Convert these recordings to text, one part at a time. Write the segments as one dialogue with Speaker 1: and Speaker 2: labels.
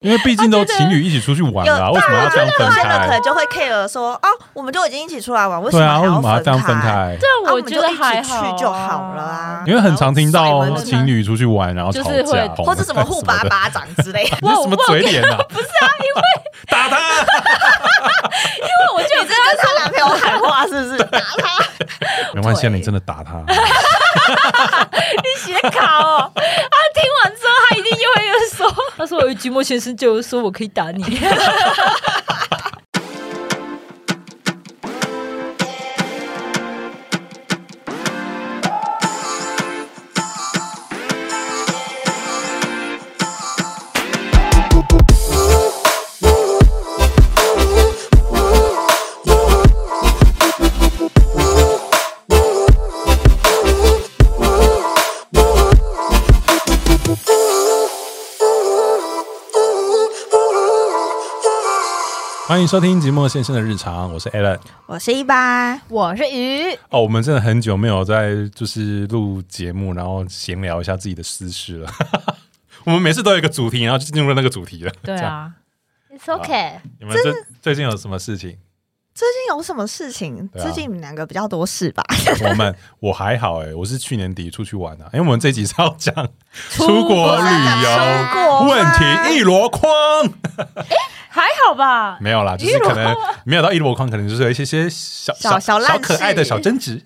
Speaker 1: 因为毕竟都情侣一起出去玩
Speaker 2: 有
Speaker 1: 了、啊为什么要这样分
Speaker 2: 快乐可
Speaker 1: 开
Speaker 2: 能？就会 care 说哦，我们就已经一起出来玩，为什
Speaker 1: 对
Speaker 2: 么
Speaker 1: 啊，
Speaker 2: 还
Speaker 1: 为
Speaker 2: 要
Speaker 1: 什么要这样分
Speaker 2: 分？
Speaker 1: 开？
Speaker 2: 啊
Speaker 3: 但我
Speaker 2: 们
Speaker 3: 觉
Speaker 2: 就
Speaker 3: 得
Speaker 2: 一
Speaker 3: 还
Speaker 2: 起
Speaker 3: 好啊
Speaker 2: 去就好了啊。
Speaker 1: 因为很常听
Speaker 2: 然后甩
Speaker 1: 到
Speaker 2: 门
Speaker 1: 情侣出去玩然后吵
Speaker 3: 就是
Speaker 1: 架哎
Speaker 3: 会，
Speaker 2: 或者什么互扒巴掌之类的。
Speaker 1: 你是什么嘴脸啊？不是啊，因为 打他，
Speaker 3: 因为我就有
Speaker 2: 你在跟她男朋友喊话 是不是？打他！
Speaker 1: 没关系啊，你真的打他，
Speaker 3: 写卡 哦，他听完之后，他一定又会又说，他说我有寂寞先生就说我可以打 你，
Speaker 1: 欢迎收听寂寞先生的日常，我是 Alan。
Speaker 2: 我是一八，
Speaker 3: 我是鱼，
Speaker 1: 哦，我们真的很久没有在就是录节目，然后闲聊一下自己的私事了。 我们每次都有一个主题，然后就进入那个主题了。
Speaker 3: 对
Speaker 1: 这样，
Speaker 3: 啊，It's OK，
Speaker 1: 你们最最近有什么事情？
Speaker 2: 最近有什么事情？
Speaker 1: 对啊
Speaker 2: 最近你们两个比较多事吧？
Speaker 1: 我们我还好哎、我是去年底出去玩的、啊，因为我们这集是要讲
Speaker 3: 出
Speaker 1: 出国
Speaker 3: 国
Speaker 1: 旅游
Speaker 2: 出国
Speaker 1: 问
Speaker 2: 吗
Speaker 1: 题一箩筐，
Speaker 3: 还好吧，
Speaker 1: 没有啦，就是可能没有到一箩筐，可能就是有一些些小
Speaker 2: 小
Speaker 1: 小
Speaker 2: 小烂
Speaker 1: 可爱的
Speaker 2: 事
Speaker 1: 小争执。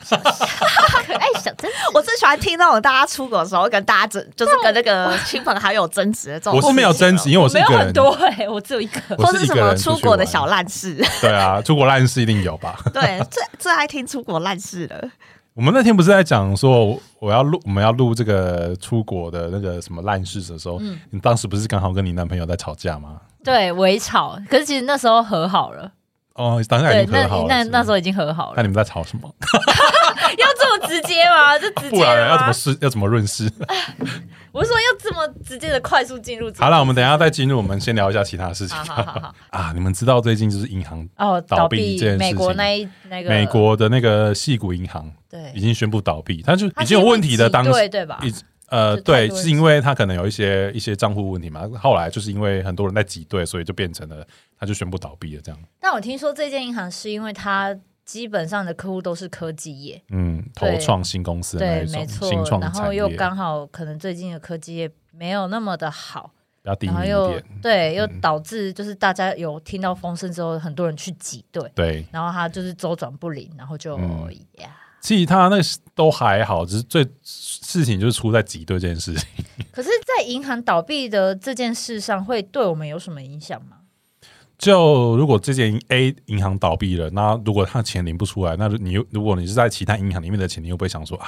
Speaker 3: 可爱小真，
Speaker 2: 我最喜欢听那种大家出国的时候跟大家争，就是跟那个 亲朋好友争执的这种。啊
Speaker 1: 我是没有争执，，因为我是
Speaker 3: 没
Speaker 1: 一
Speaker 3: 有
Speaker 1: 个
Speaker 3: 很
Speaker 1: 人，
Speaker 3: 多哎，我只有一 个，
Speaker 1: 我
Speaker 2: 或
Speaker 1: 是
Speaker 2: 是
Speaker 1: 一
Speaker 2: 什
Speaker 1: 个
Speaker 2: 么
Speaker 1: 人
Speaker 2: 出
Speaker 1: 去
Speaker 2: 国的
Speaker 1: 玩
Speaker 2: 小烂事。
Speaker 1: 对啊，出国烂事一定有吧？
Speaker 2: 对，最最爱听出国烂事了。
Speaker 1: 我们那天不是在讲说我我要录我们要录这个出国的那个什么烂事的时候，你当时不是刚好跟你男朋友在吵架吗？
Speaker 3: 对微吵，可是其实那时候和好了，
Speaker 1: 哦，当然已
Speaker 3: 对，
Speaker 1: 经
Speaker 3: 那
Speaker 1: 和好了。是
Speaker 3: 那
Speaker 1: 不是
Speaker 3: 那时候已经和好
Speaker 1: 那
Speaker 3: 了，
Speaker 1: 你们在吵什么？
Speaker 3: 要这么直接 吗？就直
Speaker 1: 不
Speaker 3: 接
Speaker 1: 然
Speaker 3: 的
Speaker 1: 要怎么
Speaker 3: 吗？
Speaker 1: 试？要怎么润饰？
Speaker 3: 我是说要这么直接的快速进入主题，
Speaker 1: 好了，我们等一下再进入，我们先聊一下其他事情
Speaker 3: 好好好好，
Speaker 1: 啊。你们知道最近就是银行，
Speaker 3: 哦，
Speaker 1: 倒
Speaker 3: 倒
Speaker 1: 闭一
Speaker 3: 闭
Speaker 1: 件事
Speaker 3: 美国
Speaker 1: 情
Speaker 3: 那一那个
Speaker 1: 美国的那个细谷银行
Speaker 3: 对
Speaker 1: 已。经宣布倒闭，它就
Speaker 3: 它
Speaker 1: 已
Speaker 3: 是
Speaker 1: 经有
Speaker 3: 因为
Speaker 1: 问题的
Speaker 3: 挤
Speaker 1: 当
Speaker 3: 兑对吧？
Speaker 1: 已呃，
Speaker 3: 就太
Speaker 1: 对，
Speaker 3: 多人
Speaker 1: 是因为他可能有一些一些账户问题嘛，后来就是因为很多人在挤兑，所以就变成了他就宣布倒闭了这样。
Speaker 3: 但我听说这间银行是因为它基本上的客户都是科技业，
Speaker 1: 嗯，投
Speaker 3: 对
Speaker 1: 创新公司的那
Speaker 3: 对
Speaker 1: 一，种
Speaker 3: 没错
Speaker 1: 新。创
Speaker 3: 然后
Speaker 1: 产
Speaker 3: 又
Speaker 1: 业，比
Speaker 3: 刚好可能最近的科技业没有那么的好，
Speaker 1: 较低迷
Speaker 3: 然后
Speaker 1: 一
Speaker 3: 又
Speaker 1: 点。嗯
Speaker 3: 对，又导致就是大家有听到风声之后，很多人去挤兑。
Speaker 1: 对，
Speaker 3: 然后它就是周转不灵，然后就
Speaker 1: 嗯
Speaker 3: 呀。
Speaker 1: 其他那都还好，只是最事情就是出在挤兑这件事情。
Speaker 3: 可是，在银行倒闭的这件事上，会对我们有什么影响吗？
Speaker 1: 就如果这间 A 银行倒闭了，那如果他钱领不出来，那你又如果你是在其他银行里面的钱，你又不会想说啊，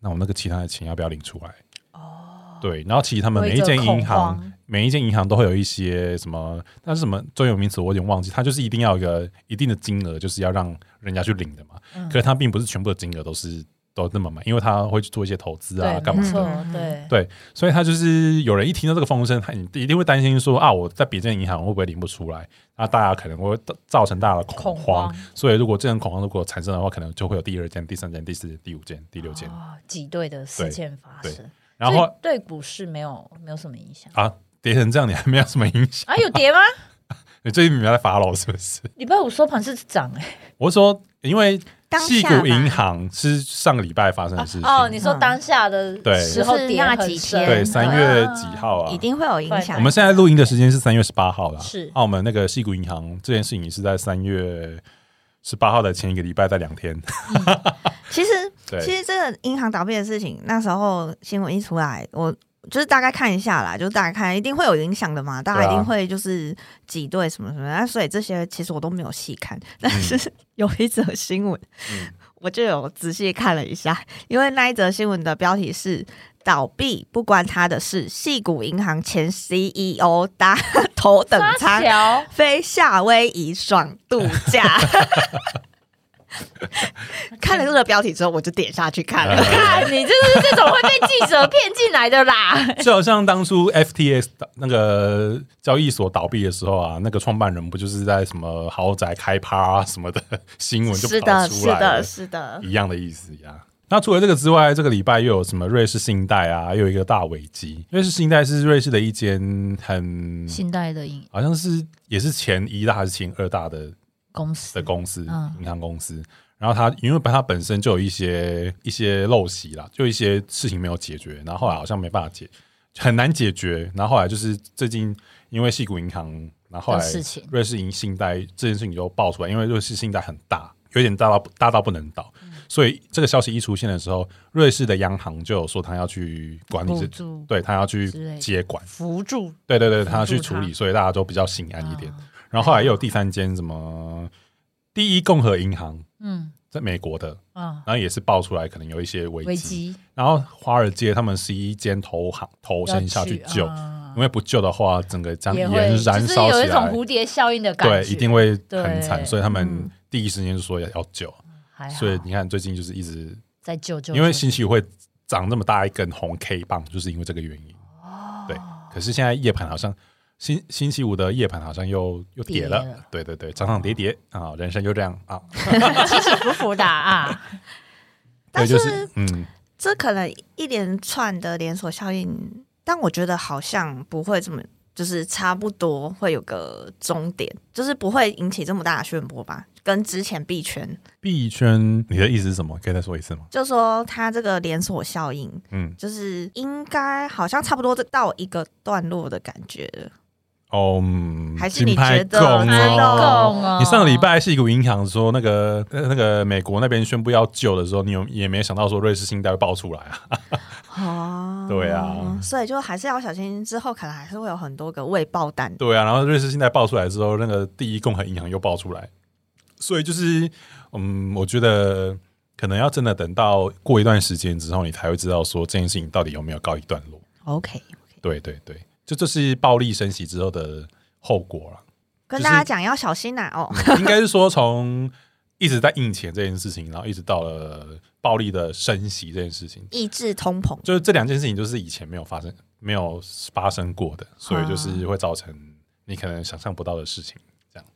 Speaker 1: 那我那个其他的钱要不要领出来？哦，对，然后其实他们
Speaker 3: 会
Speaker 1: 每一
Speaker 3: 有
Speaker 1: 间银
Speaker 3: 恐
Speaker 1: 行
Speaker 3: 慌，
Speaker 1: 每一间银行都会有一些什么，那是什么专有名词，我有点忘记，它就是一定要有一个一定的金额，就是要让人家去领的嘛。
Speaker 3: 嗯
Speaker 1: 可是它并不是全部的金额都是都那么满，因为它会去做一些投资啊，
Speaker 3: 对，
Speaker 1: 干嘛
Speaker 3: 没
Speaker 1: 的。
Speaker 3: 错，
Speaker 2: 嗯
Speaker 3: 对，
Speaker 1: 所以他就是有人一听到这个风声，他你一定会担心说啊，我在别间银行会不会领不出来？那大家可能会造成大家的恐
Speaker 3: 恐
Speaker 1: 慌。
Speaker 3: 慌
Speaker 1: 所以如果这种恐慌如果产生的话，可能就会有第二间、第三间、第四间、第五间、第六间。
Speaker 3: 哦，挤兑的事
Speaker 1: 对
Speaker 3: 件发
Speaker 1: 对
Speaker 3: 生，
Speaker 1: 然
Speaker 3: 所以
Speaker 1: 后
Speaker 3: 对股市没有没有什么影响
Speaker 1: 啊，跌成这样，你还没有什么影响？
Speaker 3: 啊？有 跌吗？
Speaker 1: 你最近没有在发牢是不是？
Speaker 3: 礼拜五收盘是涨哎、
Speaker 1: 我是说，因为
Speaker 2: 当
Speaker 1: 细
Speaker 2: 下
Speaker 1: 谷
Speaker 2: 吧
Speaker 1: 银行是上个礼拜发生的事情，
Speaker 3: 哦，你说当下的
Speaker 1: 对
Speaker 3: 时候跌很
Speaker 2: 就是那
Speaker 3: 深
Speaker 2: 几天
Speaker 1: 对三月几？号啊？
Speaker 2: 一定会有影响。
Speaker 1: 我们现在录音的时间是三月十八号啦，
Speaker 3: 是
Speaker 1: 澳门那个细谷银行这件事情是在三月十八号的前一个礼拜，在两 天。
Speaker 2: 其实
Speaker 1: 对
Speaker 2: 其实这个银行倒闭的事情，那时候新闻一出来，我就是大概看一下啦，就大概看一定会有影响的嘛，大家
Speaker 1: 对
Speaker 2: 一
Speaker 1: 啊
Speaker 2: 定会就是挤兑什么什么的，那所以这些其实我都没有细看， 但是有一则新闻，
Speaker 1: 嗯
Speaker 2: 我就有仔细看了一下，因为那一则新闻的标题是。倒闭不关他的事，系谷银行前 CEO 搭头等
Speaker 3: 大
Speaker 2: 舱
Speaker 3: 桥
Speaker 2: 飞夏威夷爽度 假。看了这个标题之后，我就点下去看
Speaker 1: 啊
Speaker 2: 了。
Speaker 3: 看你就是这种会被记者骗进来 的啦。
Speaker 1: 就好像当初 FTX 倒那个交易所倒闭的时候啊，那个创办人不就是在什么豪宅开趴啊什么的新闻就跑出来了
Speaker 2: 是的，
Speaker 1: 一样的意思呀。那除了这个之外，这个礼拜又有什么瑞士信贷啊，又有一个大危机。瑞士信贷是瑞士的一间很
Speaker 3: 信贷的银
Speaker 1: 好像是也是前一大还是前二大的
Speaker 3: 公司
Speaker 1: 的公司，
Speaker 3: 嗯
Speaker 1: 银行公司。然后它因为它本身就有一些一些陋习啦，就一些事情没有解决，然后后来好像没办法解，很难解决。然后后来就是最近因为系谷银行，然后后来
Speaker 3: 的事情
Speaker 1: 瑞士银信贷这件事情就爆出来，因为瑞士信贷很大，有点大到大到不能倒。
Speaker 3: 嗯
Speaker 1: 所以这个消息一出现的时候，瑞士的央行就有说他要去管理
Speaker 3: 补
Speaker 1: 这，
Speaker 3: 助
Speaker 1: 对他要去
Speaker 3: 之类的
Speaker 1: 接管，
Speaker 3: 辅助
Speaker 1: 对对对，他
Speaker 3: 辅助
Speaker 1: 去处
Speaker 3: 他
Speaker 1: 理，所以大家都比较心安一点。
Speaker 3: 啊
Speaker 1: 然后后来又有第三间什么第一共和银行，
Speaker 3: 嗯
Speaker 1: 在美国的，
Speaker 3: 啊
Speaker 1: 然后也是爆出来可能有一些危机。
Speaker 3: 危机
Speaker 1: 然后华尔街他们是一间投行投身下去救，因为不救的话，整个将
Speaker 3: 嗯啊也
Speaker 1: 燃
Speaker 3: 会
Speaker 1: 燃
Speaker 3: 就是
Speaker 1: 烧
Speaker 3: 有
Speaker 1: 起
Speaker 3: 一种
Speaker 1: 来，
Speaker 3: 蝴蝶效应的感觉，
Speaker 1: 对，一定会很
Speaker 3: 对
Speaker 1: 惨。所以他们
Speaker 2: 嗯
Speaker 1: 第一时间就说要要救。
Speaker 3: 还好
Speaker 1: 所以你看，最近就是一直
Speaker 3: 再救救，
Speaker 1: 因为
Speaker 3: 救
Speaker 1: 星期五会长那么大一根红 K 棒，就是因为这个原因。
Speaker 2: 哦
Speaker 1: 对，可是现在夜盘好像星星期五的夜盘好像又又跌了，
Speaker 3: 跌了
Speaker 1: 对对对，涨涨跌跌啊，
Speaker 2: 哦
Speaker 1: 人生就这样啊。
Speaker 3: 起起伏伏的啊，
Speaker 1: 对，
Speaker 2: 但
Speaker 1: 就是嗯，
Speaker 2: 这可能一连串的连锁效应，但我觉得好像不会这么，就是差不多会有个终点，就是不会引起这么大的旋波吧。跟之前币圈，
Speaker 1: 币圈，你的意思是什么？可以再说一次吗？
Speaker 2: 就说它这个连锁效应，
Speaker 1: 嗯，
Speaker 2: 就是应该好像差不多到一个段落的感觉了。
Speaker 1: 哦，嗯
Speaker 2: 还是
Speaker 1: 金
Speaker 2: 你
Speaker 1: 牌
Speaker 2: 觉得
Speaker 1: 供
Speaker 2: 真
Speaker 3: 哎
Speaker 2: 的
Speaker 1: 哦。
Speaker 3: 够了
Speaker 1: 你上个礼拜是一个银行说那个呃那个美国那边宣布要救的时候，你有也没想到说瑞士信贷会爆出来啊？
Speaker 2: 哦，
Speaker 1: 对啊
Speaker 2: 所以就还是要小心，之后可能还是会有很多个未爆弹。
Speaker 1: 对啊，然后瑞士信贷爆出来之后，那个第一共和银行又爆出来，所以就是嗯，我觉得可能要真的等到过一段时间之后，你才会知道说这件事情到底有没有告一段落。
Speaker 2: OK，
Speaker 1: 对对对，这就是暴力升息之后的后果了。
Speaker 2: 跟
Speaker 1: 就是
Speaker 2: 大家讲要小心呐、哦。
Speaker 1: 应该是说从一直在印钱这件事情，然后一直到了暴力的升息这件事情，
Speaker 2: 抑制通膨，
Speaker 1: 就是这两件事情就是以前没有发生、没有发生过的，所以就是会造成你可能想象不到的事情。这样，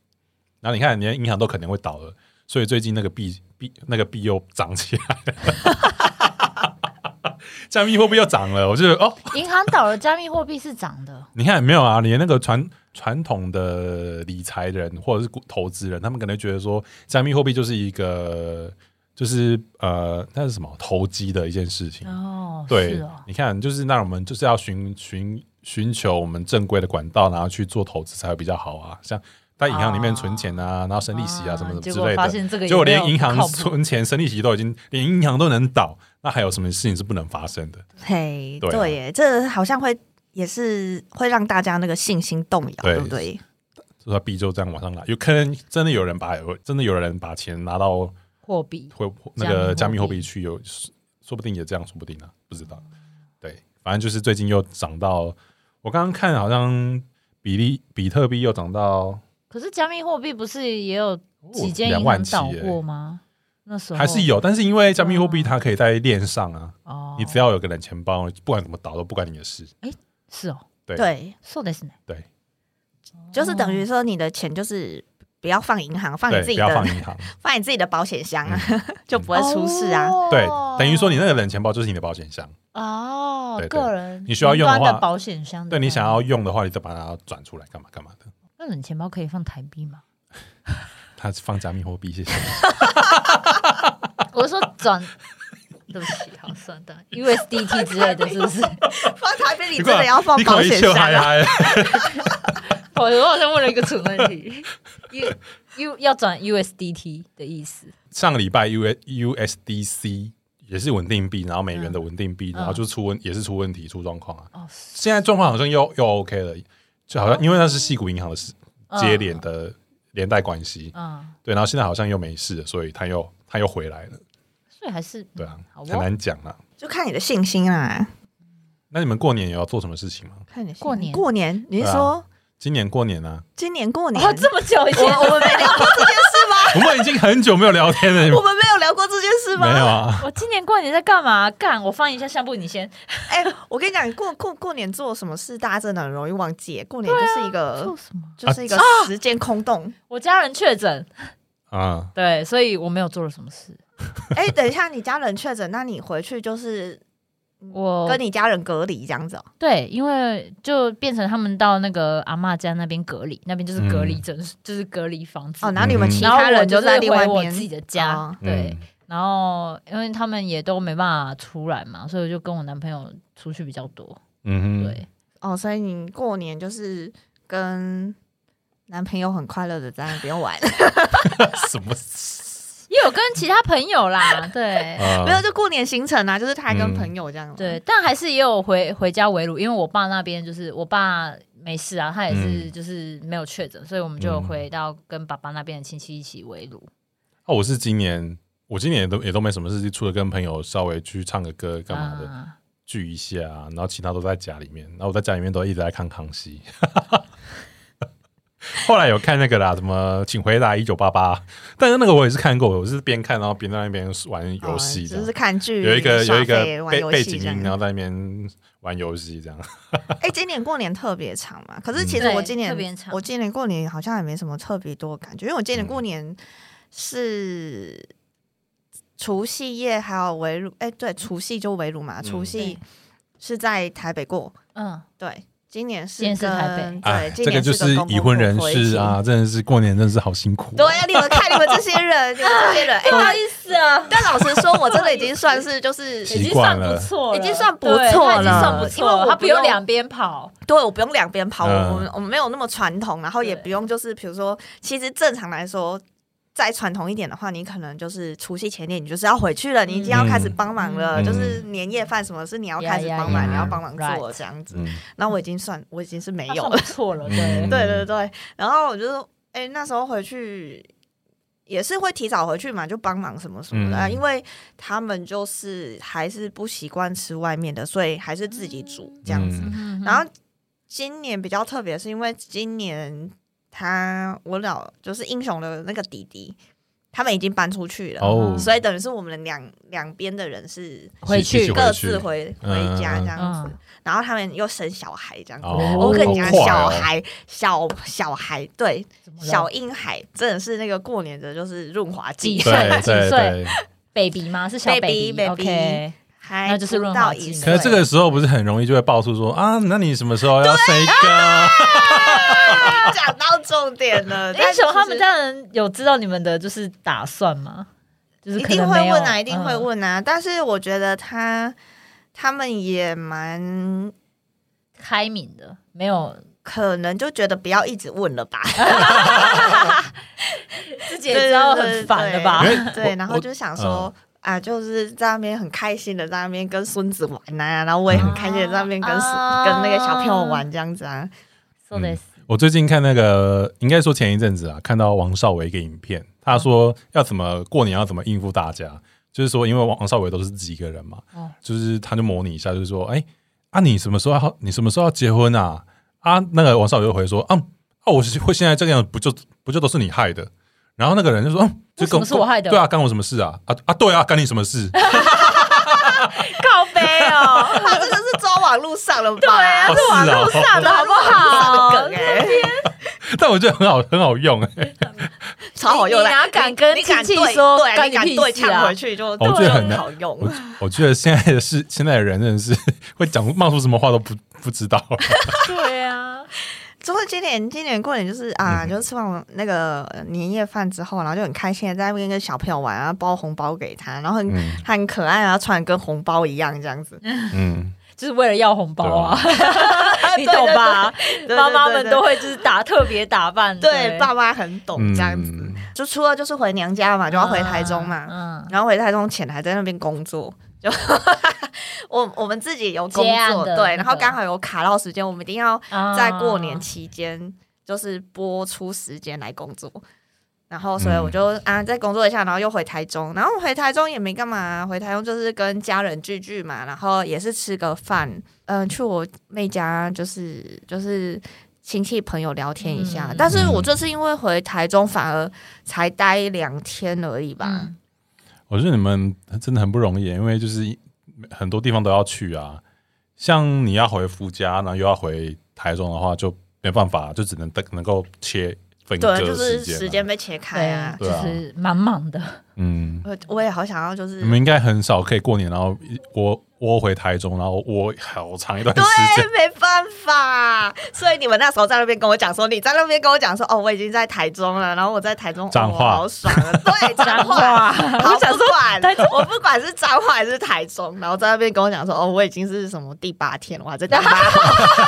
Speaker 1: 然后你看，连银行都可能会倒了，所以最近那个币币那个币又涨起来了。 加密货币又涨了，我就觉得哦，
Speaker 3: 银行倒了，加密货币是涨的，
Speaker 1: 你看没有啊？连那个传传统的理财人或者是股投资人，他们可能觉得说，加密货币就是一个，就是呃，那是什么投机的一件事情。
Speaker 3: 哦，
Speaker 1: 对，
Speaker 3: 是哦，
Speaker 1: 你看，就是那我们就是要寻寻寻求我们正规的管道，然后去做投资才会比较好啊。像在银行里面存钱啊，然后生利息啊，什么什么之
Speaker 3: 结
Speaker 1: 类
Speaker 3: 果发
Speaker 1: 的。
Speaker 3: 现这个
Speaker 1: 结果
Speaker 3: 也没有
Speaker 1: 连银行
Speaker 3: 靠谱
Speaker 1: 存钱、生利息都已经，连银行都能倒，那还有什么事情是不能发生的？
Speaker 2: 嘿，
Speaker 1: 对啊
Speaker 2: 对耶，这好像会也是会让大家那个信心动摇，
Speaker 1: 对
Speaker 2: 对不对？
Speaker 1: 所以它币就这样往上拉，有可能真的有人把有真的有人把钱拿到
Speaker 3: 货币
Speaker 1: 会那个
Speaker 3: 加
Speaker 1: 加
Speaker 3: 密
Speaker 1: 密
Speaker 3: 货
Speaker 1: 货
Speaker 3: 币
Speaker 1: 币去，有说不定也这样，说不定啊，不知道。对，反正就是最近又涨到，我刚刚看好像比例比特币又涨到
Speaker 3: 可是加密货币不是也有
Speaker 1: 哦
Speaker 3: 几间
Speaker 1: 两
Speaker 3: 银
Speaker 1: 万
Speaker 3: 行
Speaker 1: 起
Speaker 3: 倒
Speaker 1: 耶
Speaker 3: 过吗？那时候
Speaker 1: 还是有，
Speaker 2: 哦
Speaker 1: 但是因为加密货
Speaker 2: 啊
Speaker 1: 币它可以在链上啊，
Speaker 3: 哦，
Speaker 1: 你只要有个冷钱包，不管怎么倒都不关你的事。
Speaker 3: 是哦，
Speaker 1: 对
Speaker 2: 对，
Speaker 3: そうですね。
Speaker 1: 对，
Speaker 2: 就是等于说你的钱就是不要放银行，放你
Speaker 1: 对，
Speaker 2: 自
Speaker 1: 不
Speaker 2: 己
Speaker 1: 要放
Speaker 2: 的，
Speaker 1: 银行，嗯
Speaker 2: 放你自己的保险箱啊， 就不会出事啊。
Speaker 3: 哦
Speaker 1: 对，等于说你那个冷钱包就是你的保险箱，
Speaker 3: 哦
Speaker 1: 对，对
Speaker 3: 个人
Speaker 1: 你需要用的话
Speaker 3: 云端保险箱的
Speaker 1: 对你想
Speaker 2: 啊
Speaker 3: 话，
Speaker 1: 要用的话，你再把它转出来干嘛干嘛的。
Speaker 3: 那冷钱包可以放台币吗？
Speaker 1: 它是放加密货币，谢谢。
Speaker 3: 我是说转， 对不起，好算的 USDT 之类的，是不是？
Speaker 2: 放台币，你真的要放
Speaker 1: 你
Speaker 2: 保
Speaker 1: 搞一
Speaker 2: 险
Speaker 1: 切
Speaker 2: 箱
Speaker 1: 嗨嗨。
Speaker 2: 啊？
Speaker 3: 我哦我好像问了一个蠢问题 ，U U 要转 USDT 的意思，
Speaker 1: 上个礼拜 U USDC 也是稳定币，然后美元的稳定币，
Speaker 3: 嗯
Speaker 1: 然后就出问也是出问题出状况啊。
Speaker 3: 哦，
Speaker 1: 现在状况好像又又 OK 了，就好像因为那是系股银行的事
Speaker 3: 嗯
Speaker 1: 接连的连带关系，
Speaker 3: 嗯，
Speaker 1: 对，然后现在好像又没事了，所以他又他又回来了，
Speaker 3: 所以还是
Speaker 1: 对啊，
Speaker 3: 好
Speaker 1: 很
Speaker 3: 哦。
Speaker 1: 难讲啊。
Speaker 2: 就看你的信心啊，
Speaker 1: 那你们过年有要做什么事情吗？
Speaker 2: 看你的信心
Speaker 3: 过年
Speaker 2: 过年，你是
Speaker 1: 对啊
Speaker 2: 说
Speaker 1: 今年过年啊，
Speaker 2: 今年过年？
Speaker 3: 哦，这么久以前，
Speaker 2: 我我们没聊过这件事吗？
Speaker 1: 我们已经很久没有聊天了， 你们
Speaker 2: 我们没有聊过这件事吗？
Speaker 1: 没有啊？
Speaker 3: 我今年过年在干嘛？干，我放一下相簿，你先
Speaker 2: 哎、我跟你讲，过过过年做什么事，大家真的很容易忘记。过年就是一个、
Speaker 3: 做什么？
Speaker 2: 就是一个时间空洞。
Speaker 3: 我家人确诊，
Speaker 1: 啊，
Speaker 3: 对，所以我没有做了什么事。
Speaker 2: 哎、等一下，你家人确诊，那你回去就是
Speaker 3: 我
Speaker 2: 嗯跟你家人隔离这样子哦、
Speaker 1: 嗯
Speaker 3: 对，因为就变成他们到那个阿嬷家那边隔离，那边就是隔离诊，就是隔离房子。
Speaker 2: 哦，然后你们
Speaker 1: 嗯
Speaker 2: 其
Speaker 3: 然后
Speaker 2: 他
Speaker 3: 我
Speaker 2: 人
Speaker 3: 就是
Speaker 2: 在另外
Speaker 3: 回
Speaker 2: 一
Speaker 3: 我
Speaker 2: 边
Speaker 3: 自己的家，
Speaker 2: 哦
Speaker 3: 对。
Speaker 1: 嗯
Speaker 3: 然后因为他们也都没办法出来嘛，所以我就跟我男朋友出去比较多。
Speaker 1: 嗯哼，
Speaker 3: 对，
Speaker 2: 哦，所以你过年就是跟男朋友很快乐的在那边玩，
Speaker 1: 啊什么
Speaker 3: 也有跟其他朋 友啦，对。
Speaker 1: 啊？
Speaker 2: 没有就过年行程啊，就是他跟
Speaker 1: 嗯
Speaker 2: 朋友这样吗。
Speaker 3: 对，但还是也有回回家围炉，因为我爸那边就是我爸没事啊，他也是
Speaker 1: 嗯
Speaker 3: 就是没有确诊，所以我们就
Speaker 1: 嗯
Speaker 3: 回到跟爸爸那边的亲戚一起围炉。
Speaker 1: 啊，我是今年，我今年也都也都没什么事情，除了跟朋友稍微去唱个歌干嘛的，
Speaker 3: 啊
Speaker 1: 聚一下啊，然后其他都在家里面。然后我在家里面都一直在看《康熙》， 后来有看那个啦，什么《请回答一九八八》，但是那个我也是看过，我是边看然后边在那边玩游戏
Speaker 2: 哦
Speaker 1: 的。
Speaker 2: 就是看剧，
Speaker 1: 有一个有一
Speaker 2: 耍
Speaker 1: 个
Speaker 2: 废玩
Speaker 1: 背
Speaker 2: 游
Speaker 1: 背
Speaker 2: 戏
Speaker 1: 景
Speaker 2: 这样
Speaker 1: 音，啊然后在那边玩游戏这样。
Speaker 2: 哎、今年过年特别长嘛，可是其实
Speaker 3: 嗯
Speaker 2: 我今
Speaker 3: 对特别
Speaker 2: 年
Speaker 3: 长
Speaker 2: 我今年过年好像也没什么特别多的感觉，因为我今年
Speaker 1: 嗯
Speaker 2: 过年是除夕夜还有围炉，哎、对，除夕就围炉嘛，
Speaker 1: 嗯
Speaker 2: 除夕是在台北过，
Speaker 3: 嗯，
Speaker 2: 对，今年是
Speaker 3: 今年是台北
Speaker 2: 跟
Speaker 1: 哎，
Speaker 2: 对，
Speaker 1: 这
Speaker 2: 今
Speaker 1: 个
Speaker 2: 年
Speaker 1: 就是
Speaker 2: 跟
Speaker 1: 已婚人
Speaker 2: 公婆
Speaker 1: 士啊，真的是过年真的是好辛苦。啊
Speaker 2: 婆婆一起。对，啊你们看你们这些人，你们这些人， 哎、但
Speaker 3: 意思啊，
Speaker 2: 但老实说，我真的已经算是就是
Speaker 1: 习惯了
Speaker 3: 错
Speaker 2: 已经算不错
Speaker 3: 对他已经
Speaker 1: 了
Speaker 3: 算不
Speaker 2: 因
Speaker 3: 错
Speaker 2: 为
Speaker 3: 了，
Speaker 2: 我
Speaker 3: 他
Speaker 2: 不
Speaker 3: 不用
Speaker 2: 用
Speaker 3: 两边跑，
Speaker 2: 对，我不用两边跑，
Speaker 1: 嗯
Speaker 2: 我们我们没有那么传统，然后也
Speaker 3: 对
Speaker 2: 不用就是比如说，其实正常来说，再传统一点的话，你可能就是除夕前天你就是要回去了，你已经要开始帮忙了，
Speaker 1: 嗯
Speaker 2: 就是年夜饭什么是你要开始帮
Speaker 1: Yeah, yeah,
Speaker 2: 忙，
Speaker 1: yeah.
Speaker 2: 你要帮忙做这样子。
Speaker 1: 嗯，
Speaker 2: 然后我已经算我已经是没
Speaker 3: 他
Speaker 2: 有
Speaker 3: 算
Speaker 2: 了
Speaker 3: 不，错了，
Speaker 1: 嗯
Speaker 3: 对
Speaker 2: 对对对。然后我就说，哎，那时候回去。也是会提早回去嘛，就帮忙什么什么的、啊
Speaker 1: 嗯
Speaker 2: 因为他们就是还是不习惯吃外面的，所以还是自己煮这样子。
Speaker 1: 嗯
Speaker 3: 嗯
Speaker 2: 然后今年比较特别，是因为今年他我老就是英雄的那个弟弟，他们已经搬出去了，
Speaker 1: 哦，
Speaker 2: 啊所以等于是我们两两边的人是
Speaker 3: 回
Speaker 1: 一起
Speaker 3: 去
Speaker 1: 回
Speaker 2: 各自回
Speaker 1: 嗯
Speaker 2: 回家这样子，
Speaker 3: 嗯
Speaker 2: 然后他们又生小孩这样子。
Speaker 1: 哦
Speaker 2: 我跟你讲，
Speaker 1: 好快
Speaker 2: 小
Speaker 1: 哦
Speaker 2: 孩、小小孩，对，
Speaker 3: 怎么了
Speaker 2: 小婴孩真的是那个过年的，就是润滑剂
Speaker 3: 几，
Speaker 1: 对
Speaker 3: 岁
Speaker 1: 对
Speaker 3: 几岁
Speaker 1: 对。
Speaker 3: baby 吗？是小
Speaker 2: baby，
Speaker 3: OK，
Speaker 2: 还
Speaker 3: 那就是
Speaker 2: 不
Speaker 3: 润
Speaker 2: 到
Speaker 3: 滑
Speaker 2: 一
Speaker 3: 剂
Speaker 2: 岁。
Speaker 1: 可是这个时候不是很容易就会爆出说啊，那你什么时候要生一个？
Speaker 2: 啊讲到重点了，但
Speaker 3: 英雄他们
Speaker 2: 其实
Speaker 3: 家人有知道你们的就是打算吗？就是
Speaker 2: 一
Speaker 3: 可
Speaker 2: 定
Speaker 3: 能
Speaker 2: 会
Speaker 3: 没有
Speaker 2: 问啊，一定会。
Speaker 3: 嗯
Speaker 2: 问啊。但是我觉得他他们也蛮
Speaker 3: 开明的，没有
Speaker 2: 可能就觉得不要一直问了吧，
Speaker 3: 自己也知道很烦的吧
Speaker 1: 因？为
Speaker 2: 对，
Speaker 1: 我
Speaker 2: 然后
Speaker 1: 我
Speaker 2: 就想
Speaker 3: 嗯
Speaker 2: 说。啊，就是在那边很开心的，在那边跟孙子玩呐、啊，然后我也很开心的在那边跟、
Speaker 3: 啊
Speaker 2: 跟那个小朋友玩这样子啊。
Speaker 3: 说的是
Speaker 1: 我最近看那个，应该说前一阵子啊，看到王少伟一个影片，他说要怎么过年要怎么应付大家，就是说因为王王少伟都是自己一个人嘛，
Speaker 3: 哦
Speaker 1: 就是他就模拟一下，就是说，哎、啊你什么时候要你什么时候要结婚啊？啊，那个王少伟就回说，啊啊我是会现在这个样子，不就不就都是你害的？然后那个人就说，嗯，就跟
Speaker 3: 为什么是我害的
Speaker 1: 对啊，干我什么事啊？啊啊，对啊，干你什么事？
Speaker 3: 靠背哦，
Speaker 2: 他真的是抓网路上了吧？对
Speaker 3: 啊
Speaker 1: 哦是啊
Speaker 3: 路上的 好不
Speaker 2: 上的
Speaker 3: 好
Speaker 2: 梗？哎、
Speaker 1: 但我觉得很好，很好用、哎
Speaker 2: 超好用的。
Speaker 3: 你哪敢跟
Speaker 2: 你敢
Speaker 3: 亲戚
Speaker 2: 对
Speaker 3: 说
Speaker 2: 对啊，
Speaker 3: 干
Speaker 2: 你
Speaker 3: 你
Speaker 2: 敢
Speaker 3: 屁
Speaker 2: 对
Speaker 3: 事啊
Speaker 2: 呛回去就，
Speaker 1: 我觉得哦很难
Speaker 2: 好用。
Speaker 1: 我我觉得现在的是现在的人真的是会讲冒出什么话都不不知道。
Speaker 3: 对啊，
Speaker 2: 之后今年今年过年就是啊，
Speaker 1: 嗯
Speaker 2: 就是吃完我那个呃年夜饭之后，然后就很开心的在那边跟小朋友玩，然后包红包给他，然后很、
Speaker 1: 嗯
Speaker 2: 他很可爱，然后啊穿得跟红包一样这样子，
Speaker 1: 嗯，
Speaker 3: 就是为了要红包啊，你
Speaker 2: 对对
Speaker 3: 懂吧？
Speaker 2: 对对
Speaker 3: 妈妈们
Speaker 2: 对
Speaker 3: 都会就是打特别打扮，
Speaker 2: 对爸妈很懂哦这样子。
Speaker 1: 嗯
Speaker 2: 就初二就是回娘家嘛，就要回台中嘛，
Speaker 3: 嗯，嗯
Speaker 2: 然后回台中前还在那边工作，就 我我们自己有工
Speaker 3: 接案
Speaker 2: 作
Speaker 3: 的
Speaker 2: 对，然后
Speaker 3: 那个
Speaker 2: 刚好有卡到时间，我们一定要
Speaker 3: 啊
Speaker 2: 在过年期间就是播出时间来工作，然后所以
Speaker 1: 嗯
Speaker 2: 我就、啊再工作一下，然后又回台中，然后回台中也没干嘛、啊回台中就是跟家人聚聚嘛，然后也是吃个饭，嗯、去我妹家就是就是。亲戚朋友聊天一下，
Speaker 3: 嗯
Speaker 2: 但是我这次因为回台中，反而才待两天而已吧。
Speaker 3: 嗯
Speaker 1: 我觉得你们真的很不容易，欸因为就是很多地方都要去啊。像你要回夫家，然后又要回台中的话，就没办法，就只能能够切分割
Speaker 2: 对，就是时
Speaker 1: 间
Speaker 2: 间
Speaker 1: 啊。
Speaker 2: 被切开啊。
Speaker 3: 就
Speaker 1: 对啊
Speaker 3: 是满满的，
Speaker 1: 嗯，
Speaker 2: 我我也好想要，就是
Speaker 1: 你们应该很少可以过年然后一窝窝回台中，然后窝好长一段时间。
Speaker 2: 对，没办法。所以你们那时候在那边跟我讲说，你在那边跟我讲说，哦，我已经在台中了，然后我在台中，
Speaker 1: 彰
Speaker 2: 哦
Speaker 1: 化
Speaker 2: 好爽 啊！对，彰化，
Speaker 3: 哇，
Speaker 2: 好
Speaker 3: 我想
Speaker 2: 不
Speaker 3: 说
Speaker 2: 管
Speaker 3: 台中
Speaker 2: 我不管是彰化还是台中，然后在那边跟我讲说，哦，我已经是什么第八天了，我还在第 八，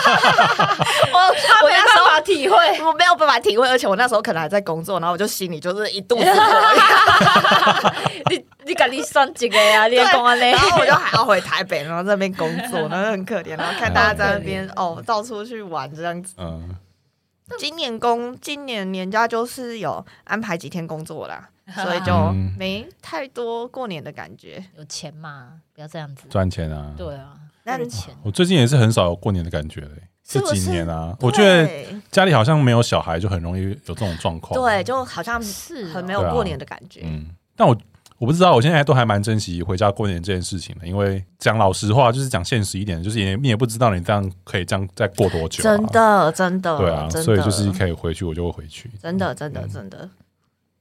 Speaker 2: 我我
Speaker 3: 没
Speaker 2: 那时
Speaker 3: 办
Speaker 2: 候。
Speaker 3: 法体会，
Speaker 2: 我没有办法体会，而且我那时候可能还在工作，然后我就心里就是一 肚子火，
Speaker 3: 你你赶紧算几个呀？你也讲安尼，
Speaker 2: 然后我就还要回台北，然后在那边工作，然后很可怜，然后看大家在那边哦到处去玩这样子。
Speaker 1: 嗯，
Speaker 2: 今年工今年年假就是有安排几天工作 啦，所以就
Speaker 1: 嗯
Speaker 2: 没太多过年的感觉。
Speaker 3: 有钱嘛，不要这样子。
Speaker 1: 赚钱啊。
Speaker 3: 对啊，
Speaker 2: 那
Speaker 3: 有钱
Speaker 1: 我最近也是很少有过年的感觉嘞、
Speaker 2: 是不
Speaker 1: 这
Speaker 2: 是
Speaker 1: 几年啊，我觉得
Speaker 2: 对
Speaker 1: 家里好像没有小孩，就很容易有这种状况。啊
Speaker 2: 对，就好像
Speaker 3: 是哦
Speaker 2: 很没有过年的感觉。
Speaker 1: 嗯，但我我不知道，我现在都还蛮珍惜回家过年这件事情的，因为讲老实话，就是讲现实一点，就是也你也不知道你这样可以这样再过多久、啊，
Speaker 2: 真，的，真的，
Speaker 1: 对啊，
Speaker 2: 真的
Speaker 1: 所以就是可以回去，我就会回去，
Speaker 2: 真的，真的，
Speaker 1: 嗯
Speaker 2: 真的，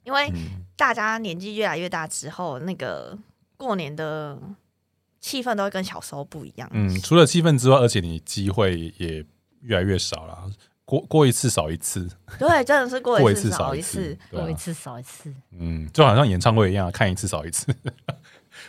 Speaker 2: 因为
Speaker 1: 嗯，
Speaker 2: 大家年纪越来越大之后，那个过年的气氛都会跟小时候不一样。
Speaker 1: 嗯，除了气氛之外，而且你机会也越来越少了，过过一次少一次，
Speaker 2: 对，真的是过
Speaker 1: 过
Speaker 2: 一
Speaker 1: 次
Speaker 2: 少
Speaker 1: 少
Speaker 2: 一
Speaker 1: 次
Speaker 2: 次。，
Speaker 1: 对啊
Speaker 3: 多一次少一次，
Speaker 1: 嗯，就好像演唱会一样，看一次少一次，